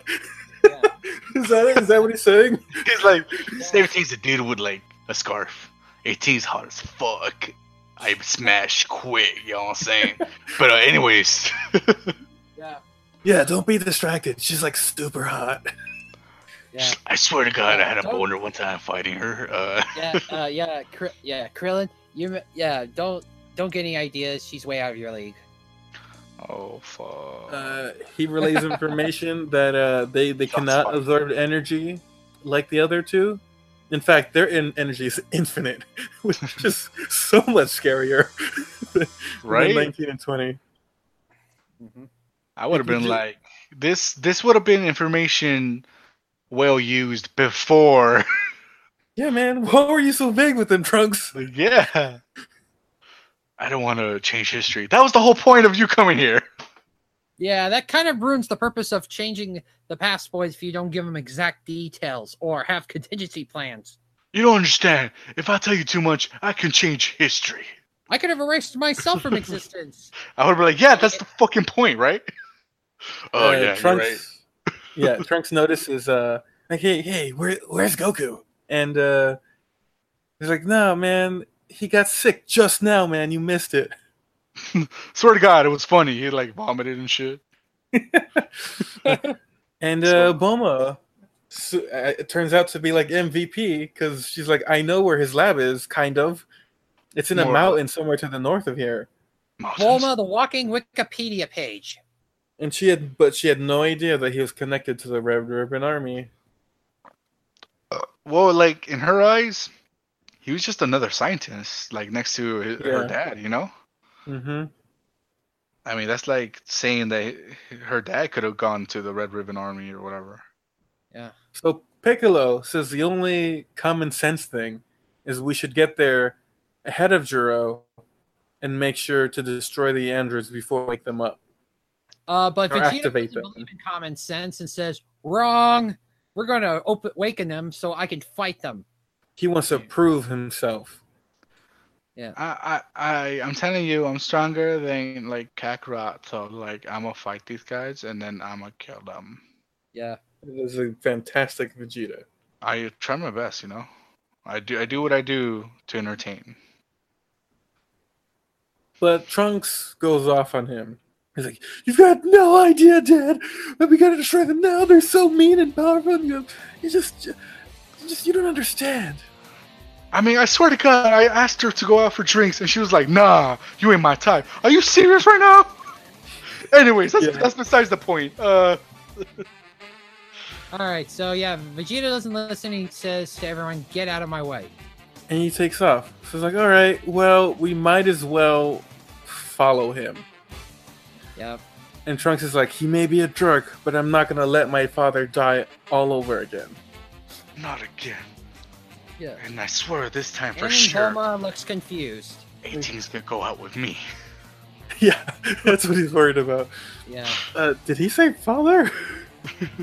Speaker 2: that it? Is that what he's saying?
Speaker 3: He's like, 17's a dude with like a scarf. 18's hot as fuck. I smash quick, you know what I'm saying? but, uh, anyways,
Speaker 4: Yeah,
Speaker 2: Yeah, don't be distracted. She's like super hot.
Speaker 4: yeah,
Speaker 3: I swear to God, I had a
Speaker 2: Oh,
Speaker 4: Don't-
Speaker 3: boner one time fighting her. Uh,
Speaker 4: yeah, uh, yeah, Kr- yeah, Krillin. You, yeah, don't don't get any ideas. She's way out of your league.
Speaker 3: oh, fuck.
Speaker 2: Uh, he relays information that uh, they they cannot
Speaker 3: fired.
Speaker 2: absorb energy like the other two. In fact, their in- energy is infinite, which is just so much scarier. than
Speaker 3: right?
Speaker 2: Nineteen and twenty.
Speaker 3: I would have
Speaker 2: you
Speaker 3: been
Speaker 2: do-
Speaker 3: like, this this would have been information well used before.
Speaker 2: Yeah, man. Why were you so big with them trunks?
Speaker 3: yeah. I don't want to change history. That was the whole point of you coming here.
Speaker 4: Yeah, that kind of ruins the purpose of changing the past boys if you don't give them exact details or have contingency plans.
Speaker 3: You don't understand. If I tell you too much, I can change history.
Speaker 4: I could have erased myself from existence.
Speaker 3: I would be like, yeah, that's the fucking point, right? Oh
Speaker 2: Uh,
Speaker 3: yeah, you're right.
Speaker 2: yeah, Trunks notices uh like hey hey where where's Goku? And uh he's like, No man, he got sick just now, man, you missed it.
Speaker 3: Swear to God, it was funny. He like vomited and shit.
Speaker 2: And uh
Speaker 3: So-
Speaker 2: Boma su- uh, it turns out to be like MVP because she's like, I know where his lab is, kind of. It's in a
Speaker 3: More-
Speaker 2: mountain somewhere to the north of here.
Speaker 3: Mountains.
Speaker 4: Bulma, the walking Wikipedia page.
Speaker 2: And she had, but she had no idea that he was connected to the Red Ribbon Army.
Speaker 3: Well, like in her eyes, he was just another scientist, like next to hi- her
Speaker 2: Yeah.
Speaker 3: dad. You know,
Speaker 2: Mm-hmm.
Speaker 3: I mean, that's like saying that h- her dad could have gone to the Red Ribbon Army or whatever.
Speaker 2: So Piccolo says the only common sense thing is we should get there ahead of Juro and make sure to destroy the androids before we wake them up.
Speaker 4: Uh, but
Speaker 2: Or
Speaker 4: Vegeta
Speaker 2: activate
Speaker 4: doesn't
Speaker 2: them.
Speaker 4: believe in common sense and says, "Wrong. We're going to open waken them so I can fight them."
Speaker 2: He wants to prove himself.
Speaker 3: I, I, I, I'm telling you, I'm stronger than like Kakarot. So like, I'm gonna fight these guys and then I'm gonna kill them.
Speaker 4: Yeah.
Speaker 2: This is a fantastic Vegeta.
Speaker 3: I try my best, you know. I do, I do what I do to entertain.
Speaker 2: But Trunks goes off on him. He's like, "You've got no idea, Dad. But we gotta destroy them now. They're so mean and powerful. And you, you just, you just, you don't understand."
Speaker 3: I mean, I swear to God, I asked her to go out for drinks, and she was like, "Nah, you ain't my type." Are you serious right now? Anyways, that's,
Speaker 2: Yeah.
Speaker 3: that's besides the point. Uh,
Speaker 4: All right. So yeah, Vegeta doesn't listen. He says to everyone, "Get out of my way."
Speaker 2: And he takes off. So it's like, "All right, well, we might as well follow him."
Speaker 4: Yep.
Speaker 2: And Trunks is like, "He may be a jerk, but I'm not gonna let my father die all over again."
Speaker 3: not again.
Speaker 4: Yeah.
Speaker 3: And I swear this time for
Speaker 4: and
Speaker 3: sure,
Speaker 4: Bulma looks confused.
Speaker 3: 18's gonna go out with me.
Speaker 2: yeah, that's what he's worried about.
Speaker 4: Yeah.
Speaker 2: Uh, did he say father?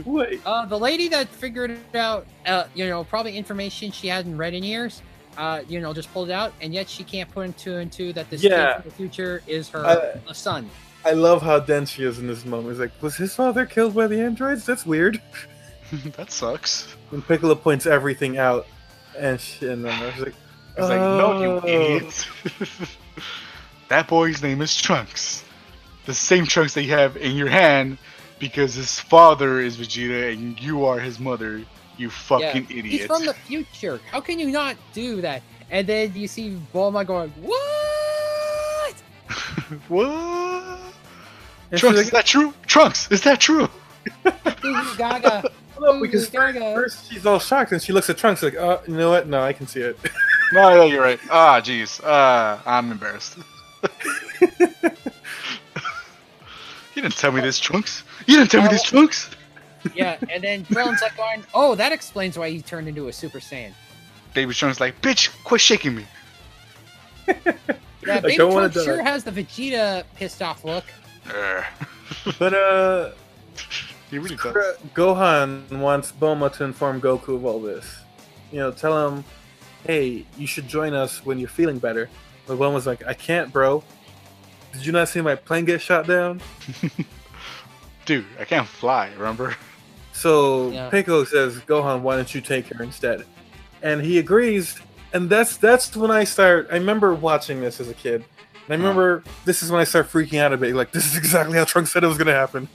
Speaker 2: Wait.
Speaker 4: Uh, the lady that figured it out, uh, you know, probably information she hadn't read in years, uh, you know, just pulled it out, and yet she can't put into and two that this
Speaker 2: Yeah.
Speaker 4: kid from the future is her
Speaker 2: Uh,
Speaker 4: the son.
Speaker 2: I love how dense she is in this moment. It's like, was his father killed by the androids? That's weird.
Speaker 3: that sucks.
Speaker 2: And Piccolo points everything out, and she, and then I was like,
Speaker 3: I was like, "No,
Speaker 2: "Oh."
Speaker 3: you idiot." that boy's name is Trunks. The same Trunks that you have in your hand, because his father is Vegeta and you are his mother. You fucking idiot.
Speaker 4: He's from the future. How can you not do that? And then you see Bulma going, "What?"
Speaker 3: What?
Speaker 2: And she's
Speaker 3: Trunks,
Speaker 2: like,
Speaker 3: is that true? Trunks, is that true?
Speaker 4: Lady Gaga.
Speaker 2: "No," "Oh, because
Speaker 4: Lady Gaga.
Speaker 2: first she's all shocked, and she looks at Trunks like, "Oh, you know what? No, I can see it."
Speaker 3: No, no, you're right. Ah, jeez. Uh, I'm embarrassed. you didn't tell me this, Trunks. You didn't tell me this, Trunks.
Speaker 4: Yeah. And then Brown's like going, "Oh, that explains why he turned into a Super Saiyan."
Speaker 3: Baby Trunks like, bitch, quit shaking me.
Speaker 4: Yeah,
Speaker 2: I
Speaker 4: Baby
Speaker 2: don't wanna
Speaker 4: Trunks
Speaker 2: die.
Speaker 4: sure has the Vegeta pissed off look.
Speaker 3: Err.
Speaker 2: but uh,
Speaker 3: He really does.
Speaker 2: Kra- Gohan wants Boma to inform Goku of all this. You know, tell him, "Hey, you should join us when you're feeling better." But Boma's like, "I can't, bro. Did you not see my plane get shot down?"
Speaker 3: Dude, I can't fly, remember?
Speaker 2: So
Speaker 4: Yeah.
Speaker 2: Piccolo says, "Gohan, why don't you take her instead?" And he agrees. And that's that's when I start. I remember watching this as a kid. And I remember this is when I start freaking out a bit. Like this is exactly how Trunks said it was going to happen.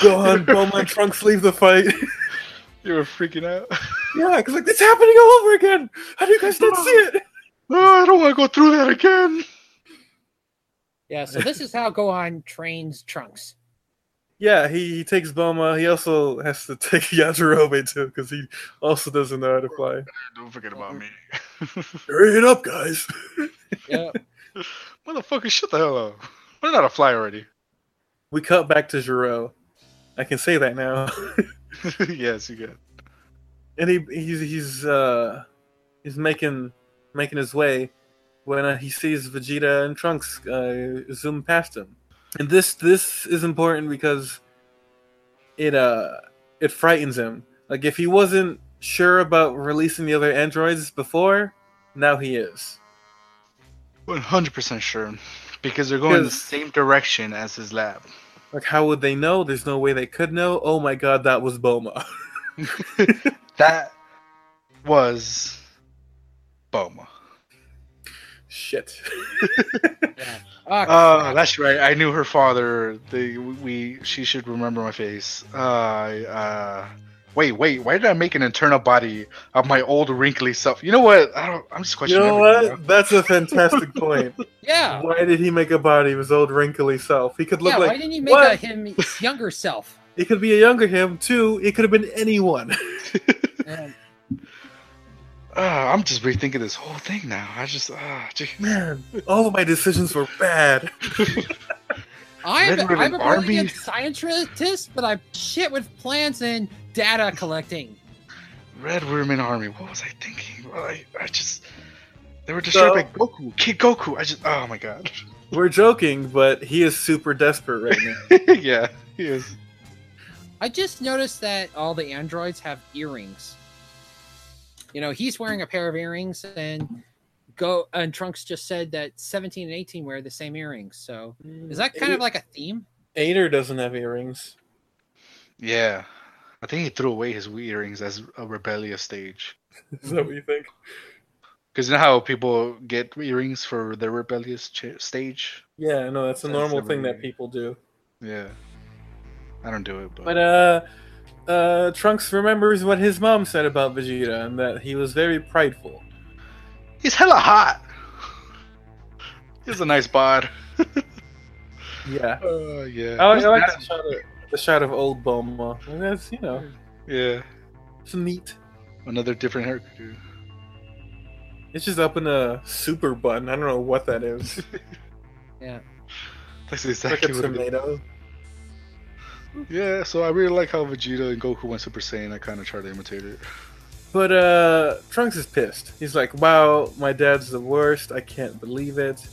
Speaker 2: Gohan, Boma, and Trunks leave the fight.
Speaker 3: you were freaking out.
Speaker 2: yeah, because like it's happening all over again. How do you guys not see it?
Speaker 3: Oh, I don't want to go through that again.
Speaker 4: Yeah. So this is how Gohan trains Trunks.
Speaker 2: Yeah, he, he takes Boma. He also has to take Yajirobe too because he also doesn't know how to fly.
Speaker 3: Don't forget about me.
Speaker 2: Hurry it up, guys.
Speaker 4: Yeah.
Speaker 3: Motherfucker, shut the hell up. Learn how to fly already.
Speaker 2: We cut back to Jiro. I can say that now.
Speaker 3: yes, you good.
Speaker 2: and he he's he's uh he's making making his way when uh, he sees Vegeta and Trunks uh, zoom past him. And this this is important because it uh it frightens him. Like if he wasn't sure about releasing the other androids before, now he is.
Speaker 3: 100% sure. Because they're going the
Speaker 2: Because-
Speaker 3: same direction as his lab.
Speaker 2: Like how would they know? There's no way they could know. Oh my god, that was Boma.
Speaker 3: That was Boma.
Speaker 2: Shit.
Speaker 4: Ah,
Speaker 3: Oh,
Speaker 2: Uh,
Speaker 4: crap.
Speaker 3: that's right. I knew her father. The we she should remember my face. Uh, uh, wait, wait. Why did I make an internal body of my old wrinkly self? You know what? I don't. I'm just
Speaker 2: you
Speaker 3: questioning.
Speaker 2: know
Speaker 3: everything
Speaker 2: what? That's a fantastic point.
Speaker 4: yeah.
Speaker 2: Why did he make a body of his old wrinkly self? He could look
Speaker 4: yeah,
Speaker 2: like
Speaker 4: why didn't you make
Speaker 2: what?
Speaker 4: a him younger self?
Speaker 2: it could be a younger him. Two, it could have been anyone.
Speaker 4: And
Speaker 3: now. Uh, I'm just rethinking this whole thing now. I just. ah, gee.
Speaker 2: Man, all of my decisions were bad.
Speaker 4: I'm,
Speaker 3: Literally
Speaker 4: I'm a brilliant
Speaker 3: Barbie.
Speaker 4: scientist, but I'm shit with plants and data collecting.
Speaker 3: Red Women Army. What was I thinking? Well, I, I just. They were disturbing Goku. Kid Goku. I just. Oh my god.
Speaker 2: We're joking, but he is super desperate right now.
Speaker 3: yeah. He is.
Speaker 4: I just noticed that all the androids have earrings. You know, he's wearing a pair of earrings, and go and Trunks just said that 17 and 18 wear the same earrings. So is that kind of like a theme?
Speaker 2: Ader doesn't have earrings?
Speaker 3: Yeah. I think he threw away his wee earrings as a rebellious stage.
Speaker 2: Is that what you think?
Speaker 3: Because you know how people get earrings for their rebellious ch- stage?
Speaker 2: Yeah, no, that's a
Speaker 3: That's
Speaker 2: normal
Speaker 3: never
Speaker 2: thing that
Speaker 3: earring.
Speaker 2: people do.
Speaker 3: Yeah. I don't do it, but.
Speaker 2: But uh, uh, Trunks remembers what his mom said about Vegeta and that he was very prideful.
Speaker 3: He's hella hot! He's a nice bod.
Speaker 2: Yeah,
Speaker 3: Uh, yeah.
Speaker 2: Oh, I like, I like
Speaker 3: That-
Speaker 2: the shot of the shot of old Bulma. And that's you know,
Speaker 3: yeah.
Speaker 2: it's neat.
Speaker 3: Another different haircut. dude.
Speaker 2: It's just up in a super bun. I don't know what that is.
Speaker 3: That's
Speaker 2: like
Speaker 3: exactly
Speaker 2: a
Speaker 3: what it is.
Speaker 2: tomato.
Speaker 3: Yeah, so I really like how Vegeta and Goku went Super Saiyan. I kind of try to imitate it.
Speaker 2: But uh Trunks is pissed. He's like, "Wow, my dad's the worst. I can't believe it."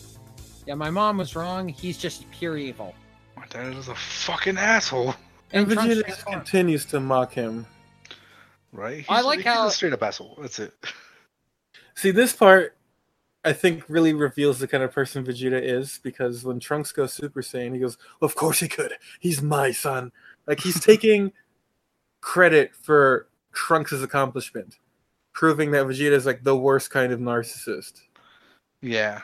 Speaker 4: Yeah, my mom was wrong. He's just pure evil.
Speaker 3: My dad is a fucking asshole.
Speaker 2: And,
Speaker 4: Trunks
Speaker 2: Vegeta
Speaker 4: just
Speaker 2: just
Speaker 4: won.
Speaker 2: continues to mock him.
Speaker 3: Right?
Speaker 4: I like
Speaker 3: he's
Speaker 4: how-
Speaker 3: a straight up asshole. That's it.
Speaker 2: See, this part I think really reveals the kind of person Vegeta is because when Trunks goes Super Saiyan, he goes, "Of course he could. He's my son." Like he's taking credit for Trunks' accomplishment, proving that Vegeta is like the worst kind of narcissist.
Speaker 3: Yeah.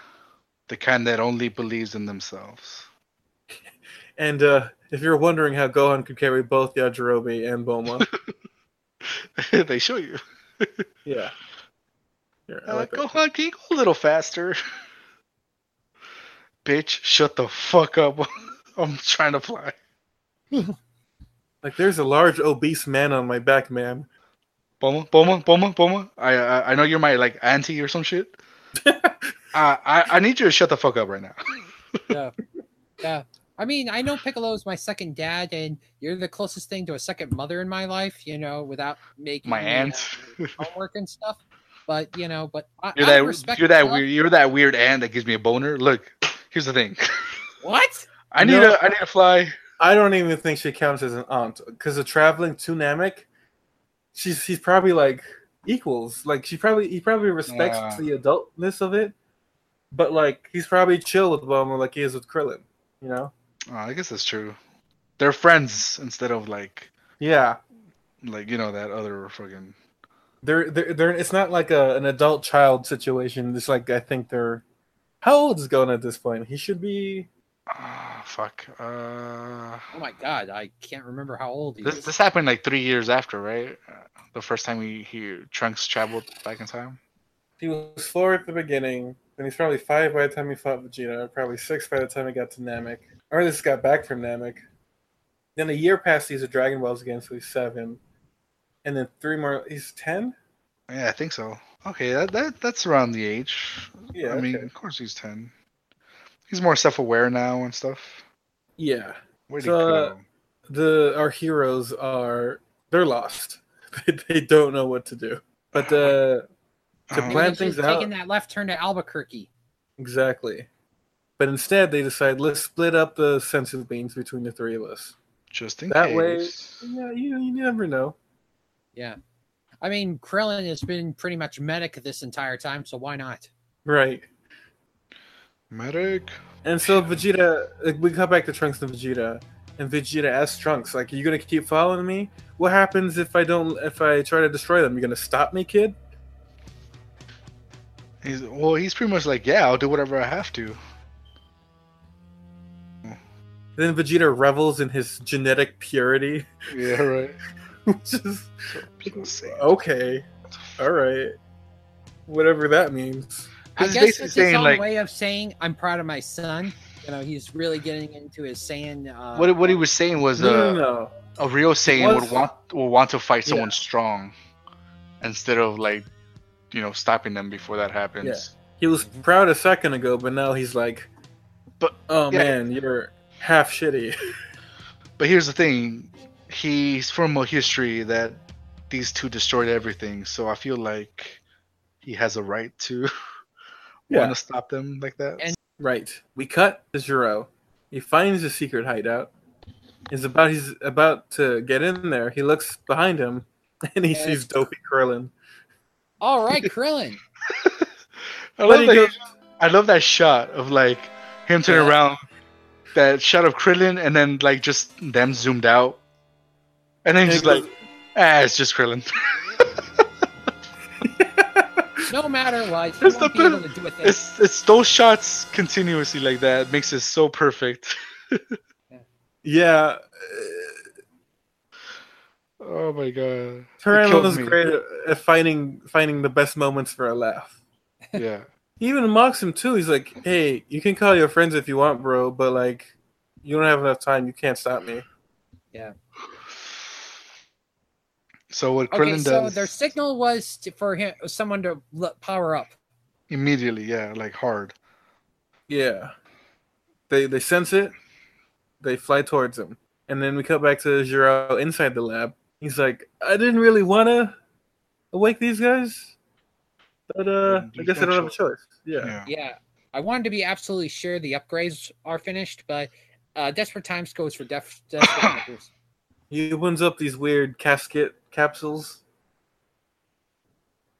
Speaker 3: The kind that only believes in themselves.
Speaker 2: And uh, if you're wondering how Gohan could carry both Yajirobe and Bulma,
Speaker 3: they show you.
Speaker 2: yeah. Here, I
Speaker 3: Uh,
Speaker 2: like that.
Speaker 3: go on, can you go a little faster? Bitch, shut the fuck up. I'm trying to fly.
Speaker 2: Like, there's a large obese man on my back, man.
Speaker 3: Boma, Boma, Boma, Boma. I, I I know you're my like auntie or some shit. I, I I need you to shut the fuck up right now.
Speaker 4: I mean, I know Piccolo's my second dad, and you're the closest thing to a second mother in my life, you know, without making
Speaker 3: My
Speaker 4: me,
Speaker 3: aunt.
Speaker 4: uh, homework and stuff. But you know, but I,
Speaker 3: You're
Speaker 4: I
Speaker 3: that
Speaker 4: respect
Speaker 3: you're that
Speaker 4: Piccolo.
Speaker 3: weird you're that weird aunt that gives me a boner. Look, here's the thing.
Speaker 4: What?
Speaker 3: I
Speaker 2: You
Speaker 3: need
Speaker 2: know-
Speaker 3: a I need a fly.
Speaker 2: I don't even think she counts as an aunt because of traveling to Namek. She's she's probably like equals. Like she probably he probably respects
Speaker 3: Yeah.
Speaker 2: the adultness of it, but like he's probably chill with Bulma like he is with Krillin. You know?
Speaker 3: Oh, I guess that's true. They're friends instead of like
Speaker 2: Yeah.
Speaker 3: like you know that other fucking
Speaker 2: They're they're, they're it's not like a, an adult child situation. It's like I think they're how old is Gon at this point? He should be
Speaker 3: ah fuck uh
Speaker 4: Oh my god, I can't remember how old he
Speaker 3: This
Speaker 4: is.
Speaker 3: this happened like three years after, right? Uh, The first time we hear Trunks traveled back in time.
Speaker 2: he was four at the beginning, and he's probably five by the time he fought Vegeta, or probably six by the time he got to Namek. Or this got back from Namek. Then a year passed, he's a Dragon Balls again, so he's seven. And then three more, he's ten?
Speaker 3: Yeah, I think so. Okay, that, that that's around the age.
Speaker 2: Yeah.
Speaker 3: I mean,
Speaker 2: okay.
Speaker 3: of course he's ten. He's more self-aware now and stuff.
Speaker 2: yeah.
Speaker 3: Where did
Speaker 2: So,
Speaker 3: he
Speaker 2: uh,
Speaker 3: go?
Speaker 2: The our heroes are they're lost. they, they don't know what to do. But uh, to
Speaker 3: Um,
Speaker 4: Maybe they
Speaker 2: plan things
Speaker 3: Uh-huh.
Speaker 4: should've
Speaker 2: out.
Speaker 4: Taken that left turn to Albuquerque.
Speaker 2: Exactly. But instead, they decide let's split up the senses beans between the three of us.
Speaker 3: Just in
Speaker 2: That way-
Speaker 3: case.
Speaker 2: Yeah, you, you never know.
Speaker 4: Yeah. I mean, Krillin has been pretty much medic this entire time, so why not?
Speaker 2: Right.
Speaker 3: Medic.
Speaker 2: And so Vegeta, like, we cut back to Trunks and Vegeta, and Vegeta asks Trunks, like, "Are you gonna keep following me? What happens if I don't? If I try to destroy them, you gonna stop me, kid?"
Speaker 3: He's well. He's pretty much like, yeah, I'll do whatever I have to.
Speaker 2: Then Vegeta revels in his genetic purity,
Speaker 3: Yeah, right.
Speaker 2: which is
Speaker 3: So sick.
Speaker 2: Uh, okay. All right, whatever that means.
Speaker 4: I
Speaker 3: This is
Speaker 4: guess
Speaker 3: basically
Speaker 4: it's his
Speaker 3: saying
Speaker 4: own
Speaker 3: like
Speaker 4: way of saying I'm proud of my son. You know, he's really getting into his saying. Uh,
Speaker 3: what what he was saying was
Speaker 2: No, no,
Speaker 3: uh,
Speaker 2: no.
Speaker 3: a real Saiyan
Speaker 2: was-
Speaker 3: would want would want to fight
Speaker 2: Yeah.
Speaker 3: someone strong instead of like you know stopping them before that happens.
Speaker 2: He was proud a second ago, but now he's like,
Speaker 3: But-
Speaker 2: oh
Speaker 3: yeah.
Speaker 2: man, you're half shitty."
Speaker 3: But here's the thing, he's from a history that these two destroyed everything, so I feel like he has a right to
Speaker 2: Yeah.
Speaker 3: want to stop them like that.
Speaker 4: And-
Speaker 2: Right. We cut to Jiro. He finds his secret hideout. He's about he's about to get in there. He looks behind him and he
Speaker 4: And
Speaker 2: sees
Speaker 4: it's-
Speaker 2: Dopey Krillin.
Speaker 4: All right, Krillin.
Speaker 3: I
Speaker 2: But
Speaker 3: love
Speaker 2: he
Speaker 3: that.
Speaker 2: goes,
Speaker 3: I love that shot of like him turning
Speaker 4: Yeah.
Speaker 3: around, that shot of Krillin, and then like just them zoomed out, and then
Speaker 2: and he
Speaker 3: just like
Speaker 2: goes-
Speaker 3: ah, it's just Krillin.
Speaker 4: No matter what, he
Speaker 3: It's
Speaker 4: won't
Speaker 3: the
Speaker 4: be able to do a thing.
Speaker 3: It's it's those shots continuously like that makes it so perfect.
Speaker 2: yeah,
Speaker 3: Oh my god.
Speaker 2: Krillin
Speaker 3: killed
Speaker 2: was
Speaker 3: me.
Speaker 2: great at- at finding finding the best moments for a laugh.
Speaker 3: Yeah.
Speaker 2: He even mocks him too. He's like, "Hey, you can call your friends if you want, bro, but like, you don't have enough time. You can't stop me."
Speaker 3: So what Krillin
Speaker 4: Okay, so
Speaker 3: does
Speaker 4: their signal was to, for him, someone to l- power up.
Speaker 3: immediately, yeah, like hard.
Speaker 2: Yeah. They they sense it. They fly towards him. And then we cut back to Jiro inside the lab. He's like, I didn't really wanna awake these guys. But uh I guess I don't have a choice. Yeah.
Speaker 3: Yeah.
Speaker 4: Yeah, I wanted to be absolutely sure the upgrades are finished, but uh, Desperate Times goes for def- Desperate Measures.
Speaker 2: He opens up these weird casket capsules.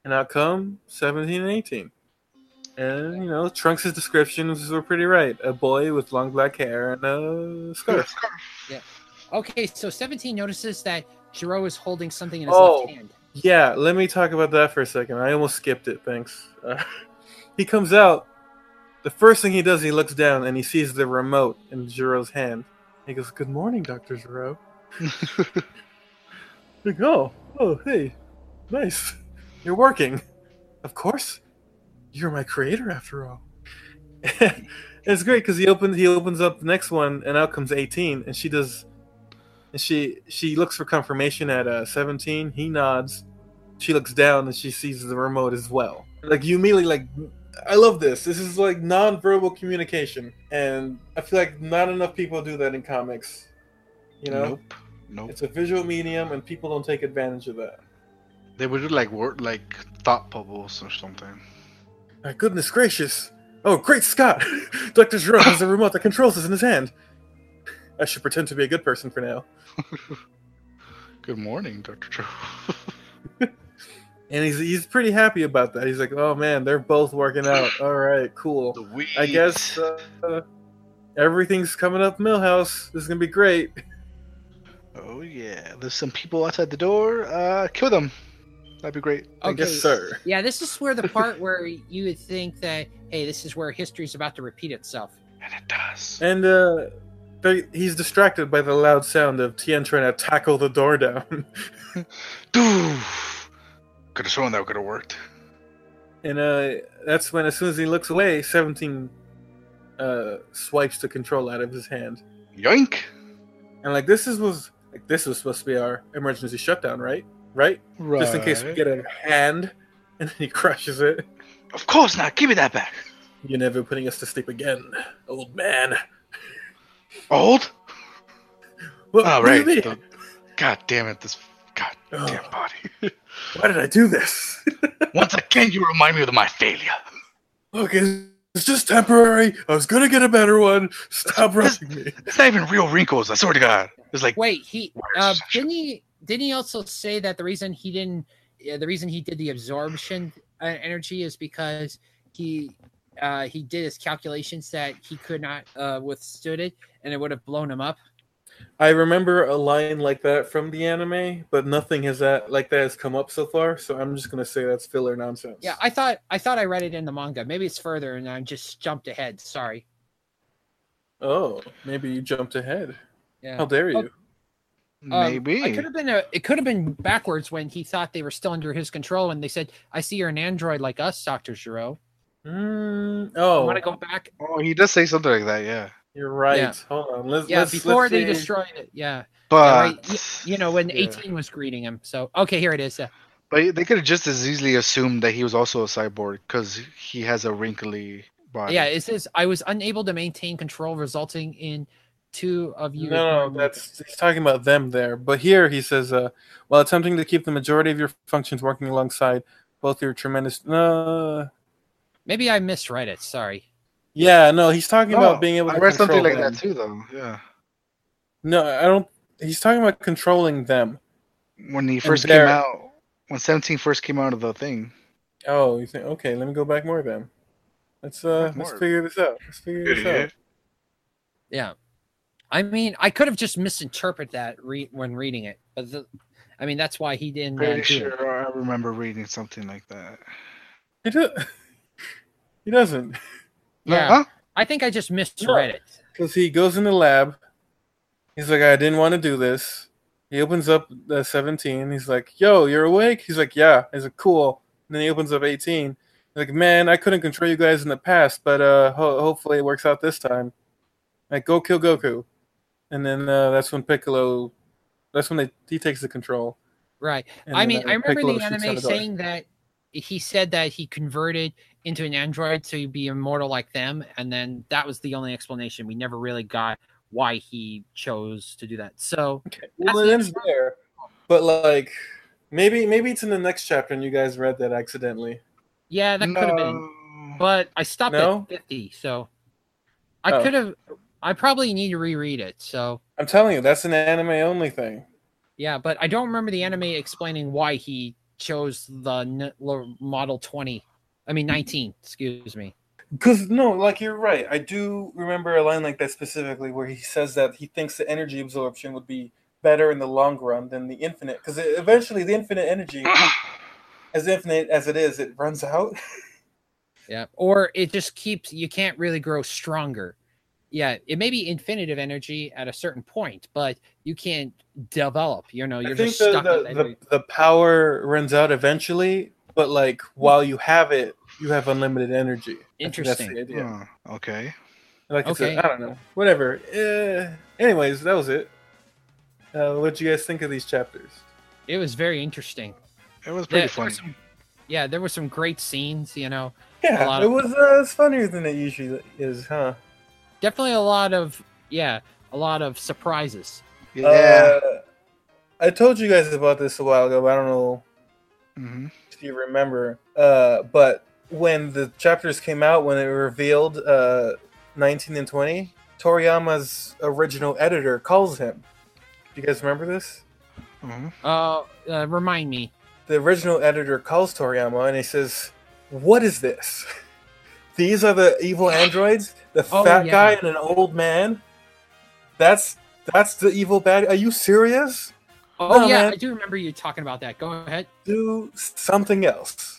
Speaker 2: And out come seventeen and eighteen. And you know, Trunks' descriptions were pretty right. A boy with long black hair and a scarf.
Speaker 4: Okay, so 17 notices that Jiro is holding something in his
Speaker 2: Oh.
Speaker 4: left hand.
Speaker 2: Yeah, let me talk about that for a second. I almost skipped it. Thanks. Uh, he comes out. The first thing he does, he looks down and he sees the remote in Jiro's hand. He goes, "Good morning, Doctor Jiro." Like, oh, oh, hey, nice. You're working, of course. You're my creator, after all. it's great because he opens he opens up the next one, and out comes 18, and she does, and she she looks for confirmation at uh, 17. He nods. She looks down and she sees the remote as well. Like you immediately like, I love this. This is like nonverbal communication, and I feel like not enough people do that in comics. You know.
Speaker 3: Nope. Nope.
Speaker 2: It's a visual medium, and people don't take advantage of that.
Speaker 3: They would do like word like thought bubbles or something.
Speaker 2: My goodness gracious! Oh, great Scott! Dr. Jerome has a remote that controls this in his hand! I should pretend to be a good person for now.
Speaker 3: Good morning, Doctor Joe.
Speaker 2: And he's, he's pretty happy about that. He's like, oh man, they're both working out. All right, cool.
Speaker 3: the weed.
Speaker 2: I guess uh, everything's coming up Millhouse. This is gonna be great.
Speaker 3: Oh yeah. There's some people outside the door. Uh, kill them. That'd be great.
Speaker 2: I guess, sir.
Speaker 4: Yeah, this is where the part where you would think that, hey, this is where history's about to repeat itself.
Speaker 3: And it does.
Speaker 2: And uh, they, he's distracted by the loud sound of Tien trying to tackle the door down.
Speaker 3: Doof. Could have shown that could have worked.
Speaker 2: And uh, that's when, as soon as he looks away, 17 uh, swipes the control out of his hand.
Speaker 3: Yoink.
Speaker 2: And like this is was like this was supposed to be our emergency shutdown, right? Right?
Speaker 3: Right.
Speaker 2: Just in case we get a hand, and then he crushes it.
Speaker 3: Of course not. Give me that back.
Speaker 2: You're never putting us to sleep again, old man.
Speaker 3: Old.
Speaker 2: What,
Speaker 3: All
Speaker 2: what do
Speaker 3: right.
Speaker 2: you mean?
Speaker 3: the- God damn it! This
Speaker 2: Oh.
Speaker 3: goddamn body.
Speaker 2: Why did I do this?
Speaker 3: Once again, you remind me of my failure.
Speaker 2: Look, it's It's just temporary. I was gonna get a better one. Stop rushing me.
Speaker 3: It's not even real wrinkles. I swear to God. It's like
Speaker 4: Wait, he
Speaker 3: Where's
Speaker 4: uh,
Speaker 3: Sasha?
Speaker 4: didn't he didn't he also say that the reason he didn't yeah, the reason he did the absorption uh, energy is because he uh, he did his calculations that he could not uh, withstood it and it would have blown him up.
Speaker 2: I remember a line like that from the anime, but nothing has that like that has come up so far. So I'm just gonna say that's filler nonsense.
Speaker 4: Yeah, I thought I thought I read it in the manga. Maybe it's further and I just jumped ahead. Sorry.
Speaker 2: Oh, maybe you jumped ahead. How
Speaker 4: Yeah.
Speaker 2: dare
Speaker 4: Oh,
Speaker 2: you?
Speaker 4: Um,
Speaker 3: maybe.
Speaker 4: It could have been a, it could have been backwards when he thought they were still under his control and they said, "I see you're an android like us, Doctor Giro."
Speaker 2: Mm,
Speaker 4: Oh. I
Speaker 2: oh,
Speaker 4: want to go back
Speaker 3: oh, he does say something like that, yeah.
Speaker 2: you're right.
Speaker 4: Yeah.
Speaker 2: Hold on. Let's,
Speaker 4: Yeah,
Speaker 2: let's,
Speaker 4: before
Speaker 2: let's
Speaker 4: they
Speaker 2: see.
Speaker 4: destroyed it. Yeah. Yeah,
Speaker 3: But
Speaker 4: right, You know, when
Speaker 3: Uh, yeah.
Speaker 4: 18 was greeting him. So, okay, here it is. Uh,
Speaker 3: But they could have just as easily assumed that he was also a cyborg because he has a wrinkly body.
Speaker 4: yeah, it says, I was unable to maintain control, resulting in two of you.
Speaker 2: No,
Speaker 4: ignoring me."
Speaker 2: no, that's he's talking about them there. But here he says, uh, while attempting to keep the majority of your functions working alongside both your tremendous. Uh,
Speaker 4: Maybe I misread it. Sorry.
Speaker 2: yeah, no, he's talking
Speaker 3: Oh,
Speaker 2: about being able to.
Speaker 3: I read something
Speaker 2: control
Speaker 3: like
Speaker 2: them.
Speaker 3: that too, though. Yeah.
Speaker 2: No, I don't. He's talking about controlling them.
Speaker 3: When he first
Speaker 2: there-
Speaker 3: came out, when 17 first came out of the thing.
Speaker 2: Oh, you think? Okay, let me go back more then. Let's uh,
Speaker 3: Back
Speaker 2: let's
Speaker 3: more.
Speaker 2: figure this out. Let's figure this out.
Speaker 4: Yeah. I mean, I could have just misinterpreted that re- when reading it, but the, I mean, that's why he didn't. uh,
Speaker 3: Pretty
Speaker 4: do it.
Speaker 3: sure I remember reading something like that.
Speaker 2: He do- He doesn't,
Speaker 3: No,
Speaker 4: Yeah.
Speaker 3: huh?
Speaker 4: I think I just misread it.
Speaker 2: because he goes in the lab. He's like, I didn't want to do this. He opens up the 17. He's like, Yo, you're awake? He's like, Yeah. He's like, Cool. And then he opens up 18. He's like, man, I couldn't control you guys in the past, but uh, ho- hopefully it works out this time. Like, go kill Goku. And then uh, that's when Piccolo. That's when they, he takes the control.
Speaker 4: Right.
Speaker 2: And
Speaker 4: I
Speaker 2: then,
Speaker 4: mean,
Speaker 2: uh,
Speaker 4: I remember
Speaker 2: Piccolo
Speaker 4: the
Speaker 2: shoots
Speaker 4: anime
Speaker 2: Zenidar.
Speaker 4: saying that he said that he converted into an android to be immortal like them, and then that was the only explanation. We never really got why he chose to do that. So,
Speaker 2: Well,
Speaker 4: That's
Speaker 2: it
Speaker 4: the
Speaker 2: ends there, but like maybe maybe it's in the next chapter, and you guys read that accidentally.
Speaker 4: yeah, that could have been.
Speaker 3: No.
Speaker 4: But I stopped
Speaker 2: No?
Speaker 4: at 50, so I
Speaker 2: Oh.
Speaker 4: could have. I probably need to reread it. So,
Speaker 2: I'm telling you, that's an anime only thing.
Speaker 4: yeah, but I don't remember the anime explaining why he chose the n- lo- model 20. I mean, 19, excuse me.
Speaker 2: Cause no, like you're right. I do remember a line like that specifically, where he says that he thinks the energy absorption would be better in the long run than the infinite, because eventually the infinite energy, as infinite as it is, it runs out.
Speaker 4: Yeah. Or it just keeps you can't really grow stronger. Yeah, it may be infinitive energy at a certain point, but you can't develop. You know, you're
Speaker 2: I think
Speaker 4: just
Speaker 2: the,
Speaker 4: stuck. at
Speaker 2: the,
Speaker 4: that
Speaker 2: the,
Speaker 4: energy.
Speaker 2: the power runs out eventually, but like while you have it, you have unlimited energy. I think that's the
Speaker 4: Interesting.
Speaker 2: idea.
Speaker 3: Oh, okay.
Speaker 2: Like I
Speaker 4: Okay.
Speaker 2: said, I don't know. Whatever. Uh, anyways, that was it. Uh, what do you guys think of these chapters?
Speaker 4: It was very interesting.
Speaker 3: It
Speaker 4: Yeah,
Speaker 3: was pretty
Speaker 4: there were
Speaker 3: funny.
Speaker 4: some- yeah, there were some great scenes. You know, A
Speaker 2: Yeah,
Speaker 4: lot
Speaker 2: it
Speaker 4: of-
Speaker 2: was uh, it's funnier than it usually is, huh?
Speaker 4: definitely a lot of yeah, a lot of surprises.
Speaker 3: Yeah.
Speaker 2: Uh, I told you guys about this a while ago. But I don't know
Speaker 3: hmm
Speaker 2: if you remember, uh, but when the chapters came out, when it revealed uh, 19 and 20, Toriyama's original editor calls him. Do you guys remember this?
Speaker 3: hmm
Speaker 4: Uh, uh remind me.
Speaker 2: the original editor calls Toriyama and he says, "What is this? These are the evil androids, the
Speaker 4: Oh,
Speaker 2: fat
Speaker 4: yeah.
Speaker 2: guy and an old man. That's that's the evil bad. Are you serious?
Speaker 4: Oh
Speaker 2: No,
Speaker 4: yeah,
Speaker 2: man.
Speaker 4: I do remember you talking about that. Go ahead.
Speaker 2: Do something else."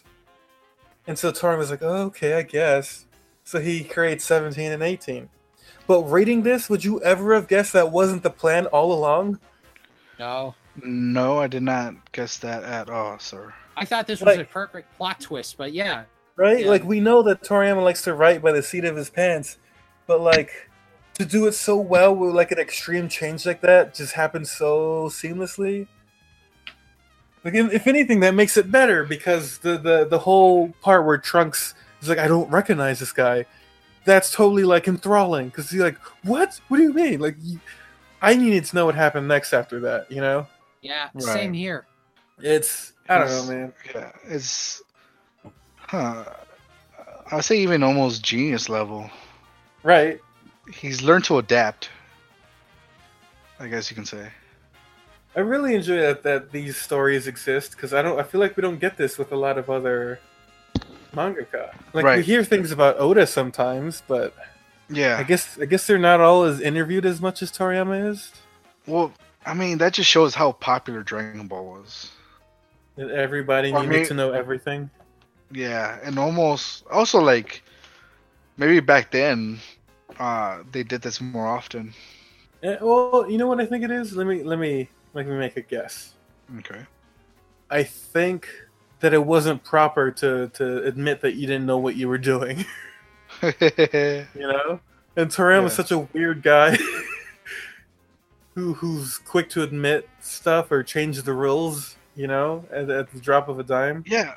Speaker 2: And so Toriyama's like, oh, "Okay, I guess." So he creates 17 and 18. But reading this, would you ever have guessed that wasn't the plan all along?
Speaker 4: No,
Speaker 3: No, I did not guess that at all, sir.
Speaker 4: I thought this was
Speaker 2: Like-
Speaker 4: a perfect plot twist, but yeah,
Speaker 2: right?
Speaker 4: Yeah.
Speaker 2: Like we know that Toriyama likes to write by the seat of his pants, but like to do it so well with like an extreme change like that just happens so seamlessly. Like if, if anything, that makes it better because the the the whole part where Trunks is like, I don't recognize this guy. That's totally like enthralling because he's like, what? What do you mean? Like, you, I needed to know what happened next after that. You know,
Speaker 4: yeah,
Speaker 3: Right.
Speaker 4: same here.
Speaker 2: it's I don't know,
Speaker 3: It's-
Speaker 2: man.
Speaker 3: Yeah, it's huh. I would say even almost genius level.
Speaker 2: Right.
Speaker 3: He's learned to adapt. I guess you can say.
Speaker 2: I really enjoy that, that these stories exist because I don't. I feel like we don't get this with a lot of other mangaka. Like we
Speaker 3: Right.
Speaker 2: hear things about Oda sometimes, but I
Speaker 3: Yeah.
Speaker 2: guess I guess they're not all as interviewed as much as Toriyama is.
Speaker 3: Well, I mean that just shows how popular Dragon Ball was.
Speaker 2: That everybody
Speaker 3: Or
Speaker 2: needed
Speaker 3: may-
Speaker 2: to know everything.
Speaker 3: Yeah, and almost also like maybe back then uh they did this more often.
Speaker 2: Eh, well, you know what I think it is. Let me let me let me make a guess.
Speaker 3: Okay.
Speaker 2: I think that it wasn't proper to to admit that you didn't know what you were doing. you know. And Toriyama is
Speaker 3: Yeah.
Speaker 2: such a weird guy, who who's quick to admit stuff or change the rules, you know, at, at the drop of a dime.
Speaker 3: yeah.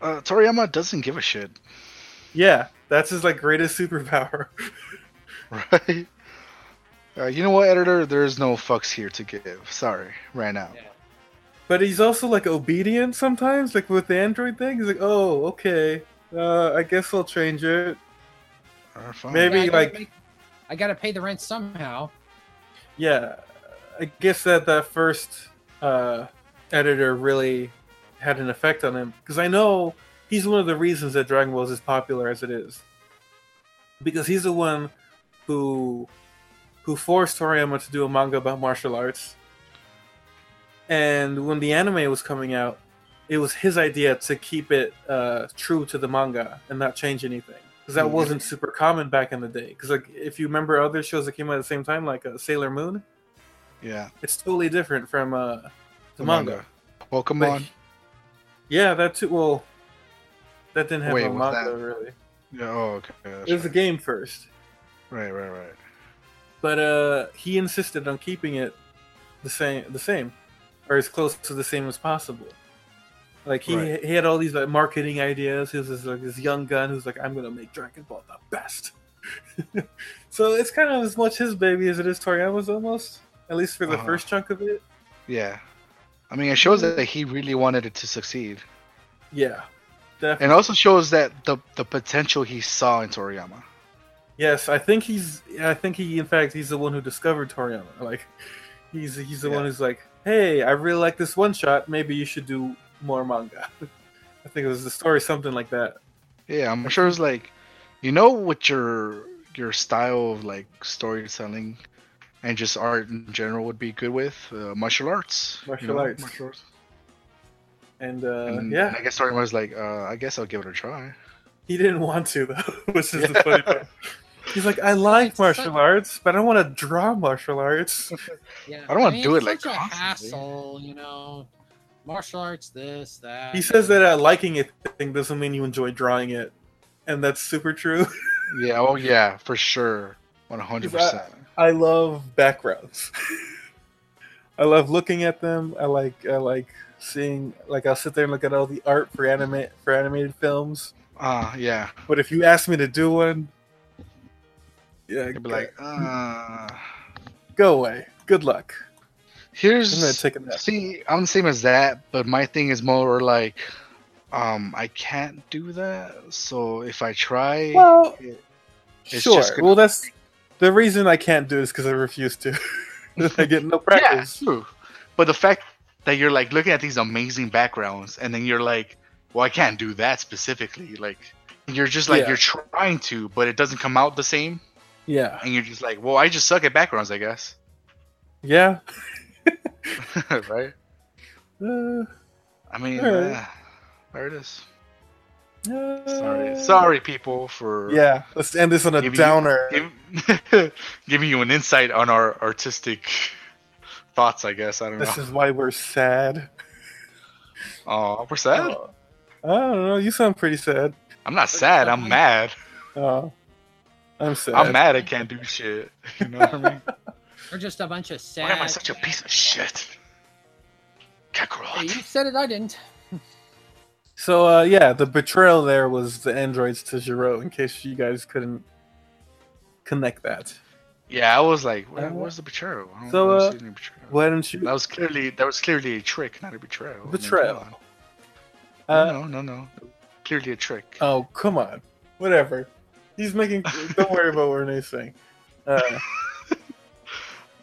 Speaker 3: Uh Toriyama doesn't give a shit,
Speaker 2: Yeah, that's his like greatest superpower.
Speaker 3: right? Uh, you know what, editor? There's no fucks here to give. Sorry, ran out.
Speaker 4: Yeah.
Speaker 2: But he's also like obedient sometimes, like with the Android thing. He's like, oh, okay, uh, I guess I'll change it.
Speaker 3: Alright, Uh, fine.
Speaker 2: Maybe-
Speaker 4: I gotta
Speaker 2: like-
Speaker 4: make- I gotta pay the rent somehow.
Speaker 2: Yeah, I guess that that first uh, editor really had an effect on him because I know he's one of the reasons that Dragon Ball is as popular as it is because he's the one who who forced Toriyama to do a manga about martial arts. And when the anime was coming out, it was his idea to keep it uh, true to the manga and not change anything because that
Speaker 3: Mhm.
Speaker 2: wasn't super common back in the day. Because like if you remember other shows that came out at the same time, like uh, Sailor Moon,
Speaker 3: Yeah.
Speaker 2: it's totally different from uh, the, manga.
Speaker 3: Well come
Speaker 2: Like-
Speaker 3: on.
Speaker 2: Yeah, that too. Well, that didn't have
Speaker 3: Wait,
Speaker 2: a
Speaker 3: was
Speaker 2: manga
Speaker 3: that-
Speaker 2: really.
Speaker 3: Yeah, oh okay. that's
Speaker 2: It was a game first.
Speaker 3: Right, right, right.
Speaker 2: but uh, he insisted on keeping it the same, the same, or as close to the same as possible. Like he
Speaker 3: Right.
Speaker 2: he had all these like marketing ideas. He was this, like this young gun who's like, I'm gonna make Dragon Ball the best. so it's kind of as much his baby as it is Toriyama's almost, at least for the
Speaker 3: Uh-huh.
Speaker 2: first chunk of it.
Speaker 3: Yeah. I mean it shows that he really wanted it to succeed.
Speaker 2: Yeah, definitely.
Speaker 3: And also shows that the the potential he saw in Toriyama.
Speaker 2: Yes, I think he's. I think he, in fact, he's the one who discovered Toriyama. Like, he's he's the
Speaker 3: Yeah.
Speaker 2: one who's like, "Hey, I really like this one shot. Maybe you should do more manga." I think it was the story, something like that.
Speaker 3: Yeah, I'm sure it's like, you know, what your your style of like storytelling and just art in general would be good with uh, martial arts. you
Speaker 2: Martial
Speaker 3: know,
Speaker 2: arts.
Speaker 3: martial arts.
Speaker 2: And, uh,
Speaker 3: And
Speaker 2: yeah,
Speaker 3: I guess starting was like, uh, I guess I'll give it a try.
Speaker 2: he didn't want to though, which is the
Speaker 3: Yeah.
Speaker 2: funny part. He's like, "I like
Speaker 4: It's such-
Speaker 2: martial arts, but I don't want to draw martial arts."
Speaker 4: Yeah,
Speaker 3: I don't wanna do
Speaker 4: it's
Speaker 3: it, like,
Speaker 4: such a
Speaker 3: constantly.
Speaker 4: hassle, you know. Martial arts, this, that.
Speaker 2: He says that uh, liking a thing doesn't mean you enjoy drawing it, and that's super true.
Speaker 3: Yeah, oh yeah, for sure, one hundred percent.
Speaker 2: I love backgrounds. I love looking at them. I like I like seeing like I'll sit there and look at all the art for anime for animated films.
Speaker 3: Ah, yeah.
Speaker 2: But if you ask me to do one, yeah,
Speaker 3: I'd be like, uh,
Speaker 2: go away. Good luck. I'm gonna
Speaker 3: here's
Speaker 2: take a nap.
Speaker 3: see, I'm the same as that, but my thing is more like, um, I can't do that. So if I try,
Speaker 2: Well,
Speaker 3: It's
Speaker 2: sure.
Speaker 3: just gonna-
Speaker 2: Well, that's the reason I can't do it is because I refuse to. I get no practice.
Speaker 3: Yeah, true. But the fact that you're like looking at these amazing backgrounds and then you're like, well, I can't do that specifically. Like, you're just like,
Speaker 2: Yeah.
Speaker 3: you're trying to, but it doesn't come out the same.
Speaker 2: Yeah,
Speaker 3: And you're just like, well, I just suck at backgrounds, I guess.
Speaker 2: yeah.
Speaker 3: right?
Speaker 2: Uh,
Speaker 3: I mean,
Speaker 2: Alright.
Speaker 3: uh, there it is. Sorry.
Speaker 2: uh,
Speaker 3: Sorry, people, for
Speaker 2: Yeah, let's end this on a
Speaker 3: Give you-
Speaker 2: downer.
Speaker 3: give- giving you an insight on our artistic thoughts, I guess. I don't
Speaker 2: This
Speaker 3: know.
Speaker 2: is why we're sad.
Speaker 3: Oh, we're sad?
Speaker 2: Oh, I don't know. You sound pretty sad.
Speaker 3: I'm not sad. I'm mad.
Speaker 2: Oh, I'm sad.
Speaker 3: I'm mad I can't do shit. You know what I mean?
Speaker 4: We're just a bunch of sad.
Speaker 3: Why am I such a piece of shit?
Speaker 4: Hey, you
Speaker 3: Kakarot.
Speaker 4: said it. I didn't.
Speaker 2: So uh, yeah, the betrayal there was the androids to Giro. In case you guys couldn't connect that,
Speaker 3: Yeah, I was like,
Speaker 2: Uh,
Speaker 3: Where, where's the betrayal? I don't,
Speaker 2: so,
Speaker 3: I
Speaker 2: uh,
Speaker 3: don't see any betrayal.
Speaker 2: why don't you?
Speaker 3: that was clearly that was clearly a trick, not a betrayal. I mean, come
Speaker 2: Betrayal.
Speaker 3: on.
Speaker 2: Uh,
Speaker 3: no, no, no. Clearly a trick.
Speaker 2: oh come on! whatever. He's making. Don't worry about what Renee's saying. Uh,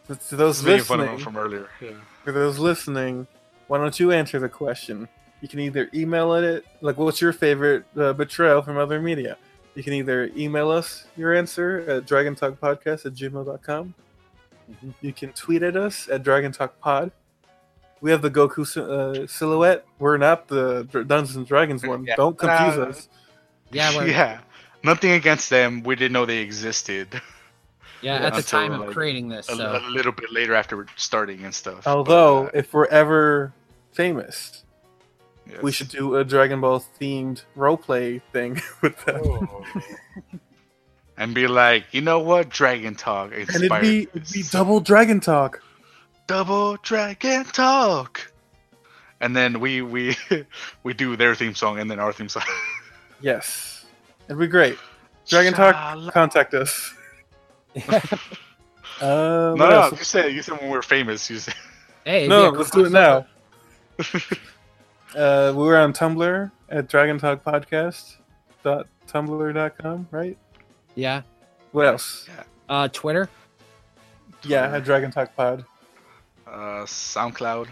Speaker 2: to- to those
Speaker 3: Just making fun of him
Speaker 2: listening-
Speaker 3: from earlier. Yeah.
Speaker 2: for those listening, why don't you answer the question? You can either email it, like, what's your favorite uh, betrayal from other media? You can either email us your answer at dragontalkpodcast at gmail.com. You can tweet at us at Dragon Talk Pod. We have the Goku si- uh, silhouette. We're not the Dr- Dungeons and Dragons one.
Speaker 4: Yeah.
Speaker 2: Don't confuse
Speaker 3: No.
Speaker 2: us.
Speaker 4: Yeah, we're, yeah,
Speaker 3: yeah. Nothing against them. We didn't know they existed.
Speaker 4: at the
Speaker 3: until,
Speaker 4: time of
Speaker 3: like,
Speaker 4: creating this.
Speaker 3: A,
Speaker 4: So
Speaker 3: a little bit later after starting and stuff. but,
Speaker 2: Although,
Speaker 3: uh,
Speaker 2: if we're ever famous, we
Speaker 3: yes.
Speaker 2: should do a Dragon Ball themed roleplay thing with them.
Speaker 3: Oh. and be like, you know what, Dragon Talk
Speaker 2: and it'd
Speaker 3: inspired
Speaker 2: be, it'd
Speaker 3: this.
Speaker 2: be double Dragon Talk.
Speaker 3: double Dragon Talk. And then we we we do their theme song and then our theme song.
Speaker 2: Yes. It'd be great. Dragon Talk,
Speaker 3: Shala.
Speaker 2: contact us. uh,
Speaker 3: No,
Speaker 2: what
Speaker 3: no,
Speaker 2: else?
Speaker 3: you said you said when we're famous. You said
Speaker 4: hey,
Speaker 2: no,
Speaker 4: yeah,
Speaker 2: let's do it now. uh, we were on Tumblr at Dragon Talk Podcast. Dot tumblr.com, right?
Speaker 4: yeah.
Speaker 2: What else?
Speaker 4: Uh, Twitter.
Speaker 2: Yeah, at Dragon Talk Pod.
Speaker 3: uh, SoundCloud.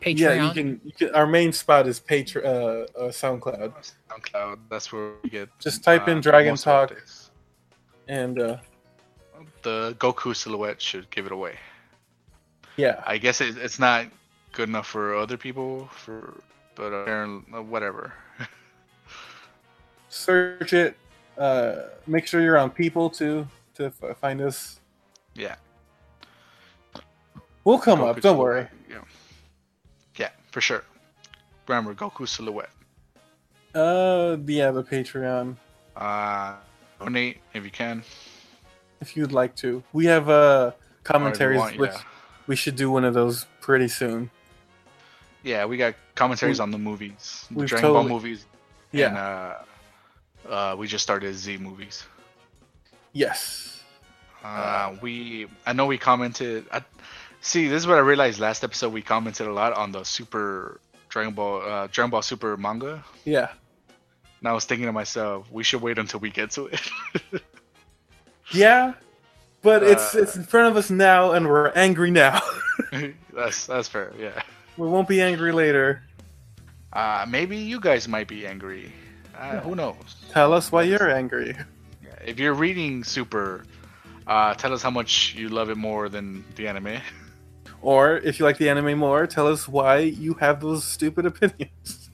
Speaker 4: Patreon.
Speaker 2: Yeah, you can, you can. Our main spot is Patr uh, uh, SoundCloud,
Speaker 3: SoundCloud. That's where we get.
Speaker 2: Just type in
Speaker 3: uh,
Speaker 2: Dragon
Speaker 3: most
Speaker 2: Talk.
Speaker 3: of this.
Speaker 2: and uh,
Speaker 3: The Goku silhouette should give it away.
Speaker 2: yeah,
Speaker 3: I guess it, it's not good enough for other people, for but uh, whatever.
Speaker 2: search it. Uh, make sure you're on People too to f- find us.
Speaker 3: Yeah.
Speaker 2: We'll come up.
Speaker 3: Goku
Speaker 2: Don't worry.
Speaker 3: silhouette, Yeah. Yeah, for sure. Remember Goku silhouette.
Speaker 2: Uh, yeah, the Patreon.
Speaker 3: Uh, donate if you can.
Speaker 2: if you'd like to. We have uh
Speaker 3: or if you
Speaker 2: commentaries,
Speaker 3: want,
Speaker 2: which
Speaker 3: yeah.
Speaker 2: we should do one of those pretty soon.
Speaker 3: yeah, we got commentaries
Speaker 2: We-
Speaker 3: on the movies, the
Speaker 2: we've
Speaker 3: Dragon
Speaker 2: totally-
Speaker 3: Ball movies.
Speaker 2: Yeah.
Speaker 3: And, uh, uh, we just started Z movies.
Speaker 2: yes.
Speaker 3: Uh, we I know we commented. I, see, this is what I realized last episode. We commented a lot on the Super Dragon Ball uh, Dragon Ball Super manga,
Speaker 2: Yeah.
Speaker 3: and I was thinking to myself, we should wait until we get to it.
Speaker 2: Yeah. But it's
Speaker 3: Uh,
Speaker 2: it's in front of us now, and we're angry now.
Speaker 3: that's that's fair. Yeah.
Speaker 2: we won't be angry later.
Speaker 3: Uh, maybe you guys might be angry. Uh, who knows?
Speaker 2: Tell us why you're angry.
Speaker 3: If you're reading Super, uh, tell us how much you love it more than the anime.
Speaker 2: Or if you like the anime more, tell us why you have those stupid opinions.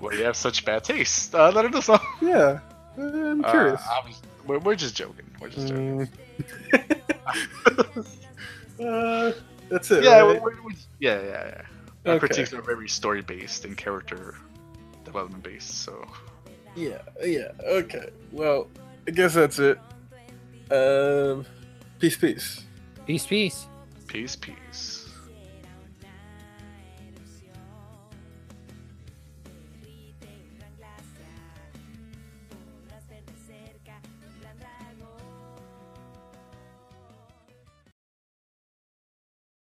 Speaker 3: Well, you have such bad taste. Uh, let us know.
Speaker 2: yeah. Uh, I'm
Speaker 3: Uh,
Speaker 2: curious.
Speaker 3: I was- we're, we're just joking. We're just joking.
Speaker 2: Mm. Uh, that's it.
Speaker 3: Yeah,
Speaker 2: right?
Speaker 3: we- we- we- yeah, yeah, yeah. Our
Speaker 2: Okay.
Speaker 3: critiques are very story based and character development based. So
Speaker 2: Yeah, yeah, okay. Well, I guess that's it. Um, peace, peace.
Speaker 4: Peace, peace.
Speaker 3: peace, peace.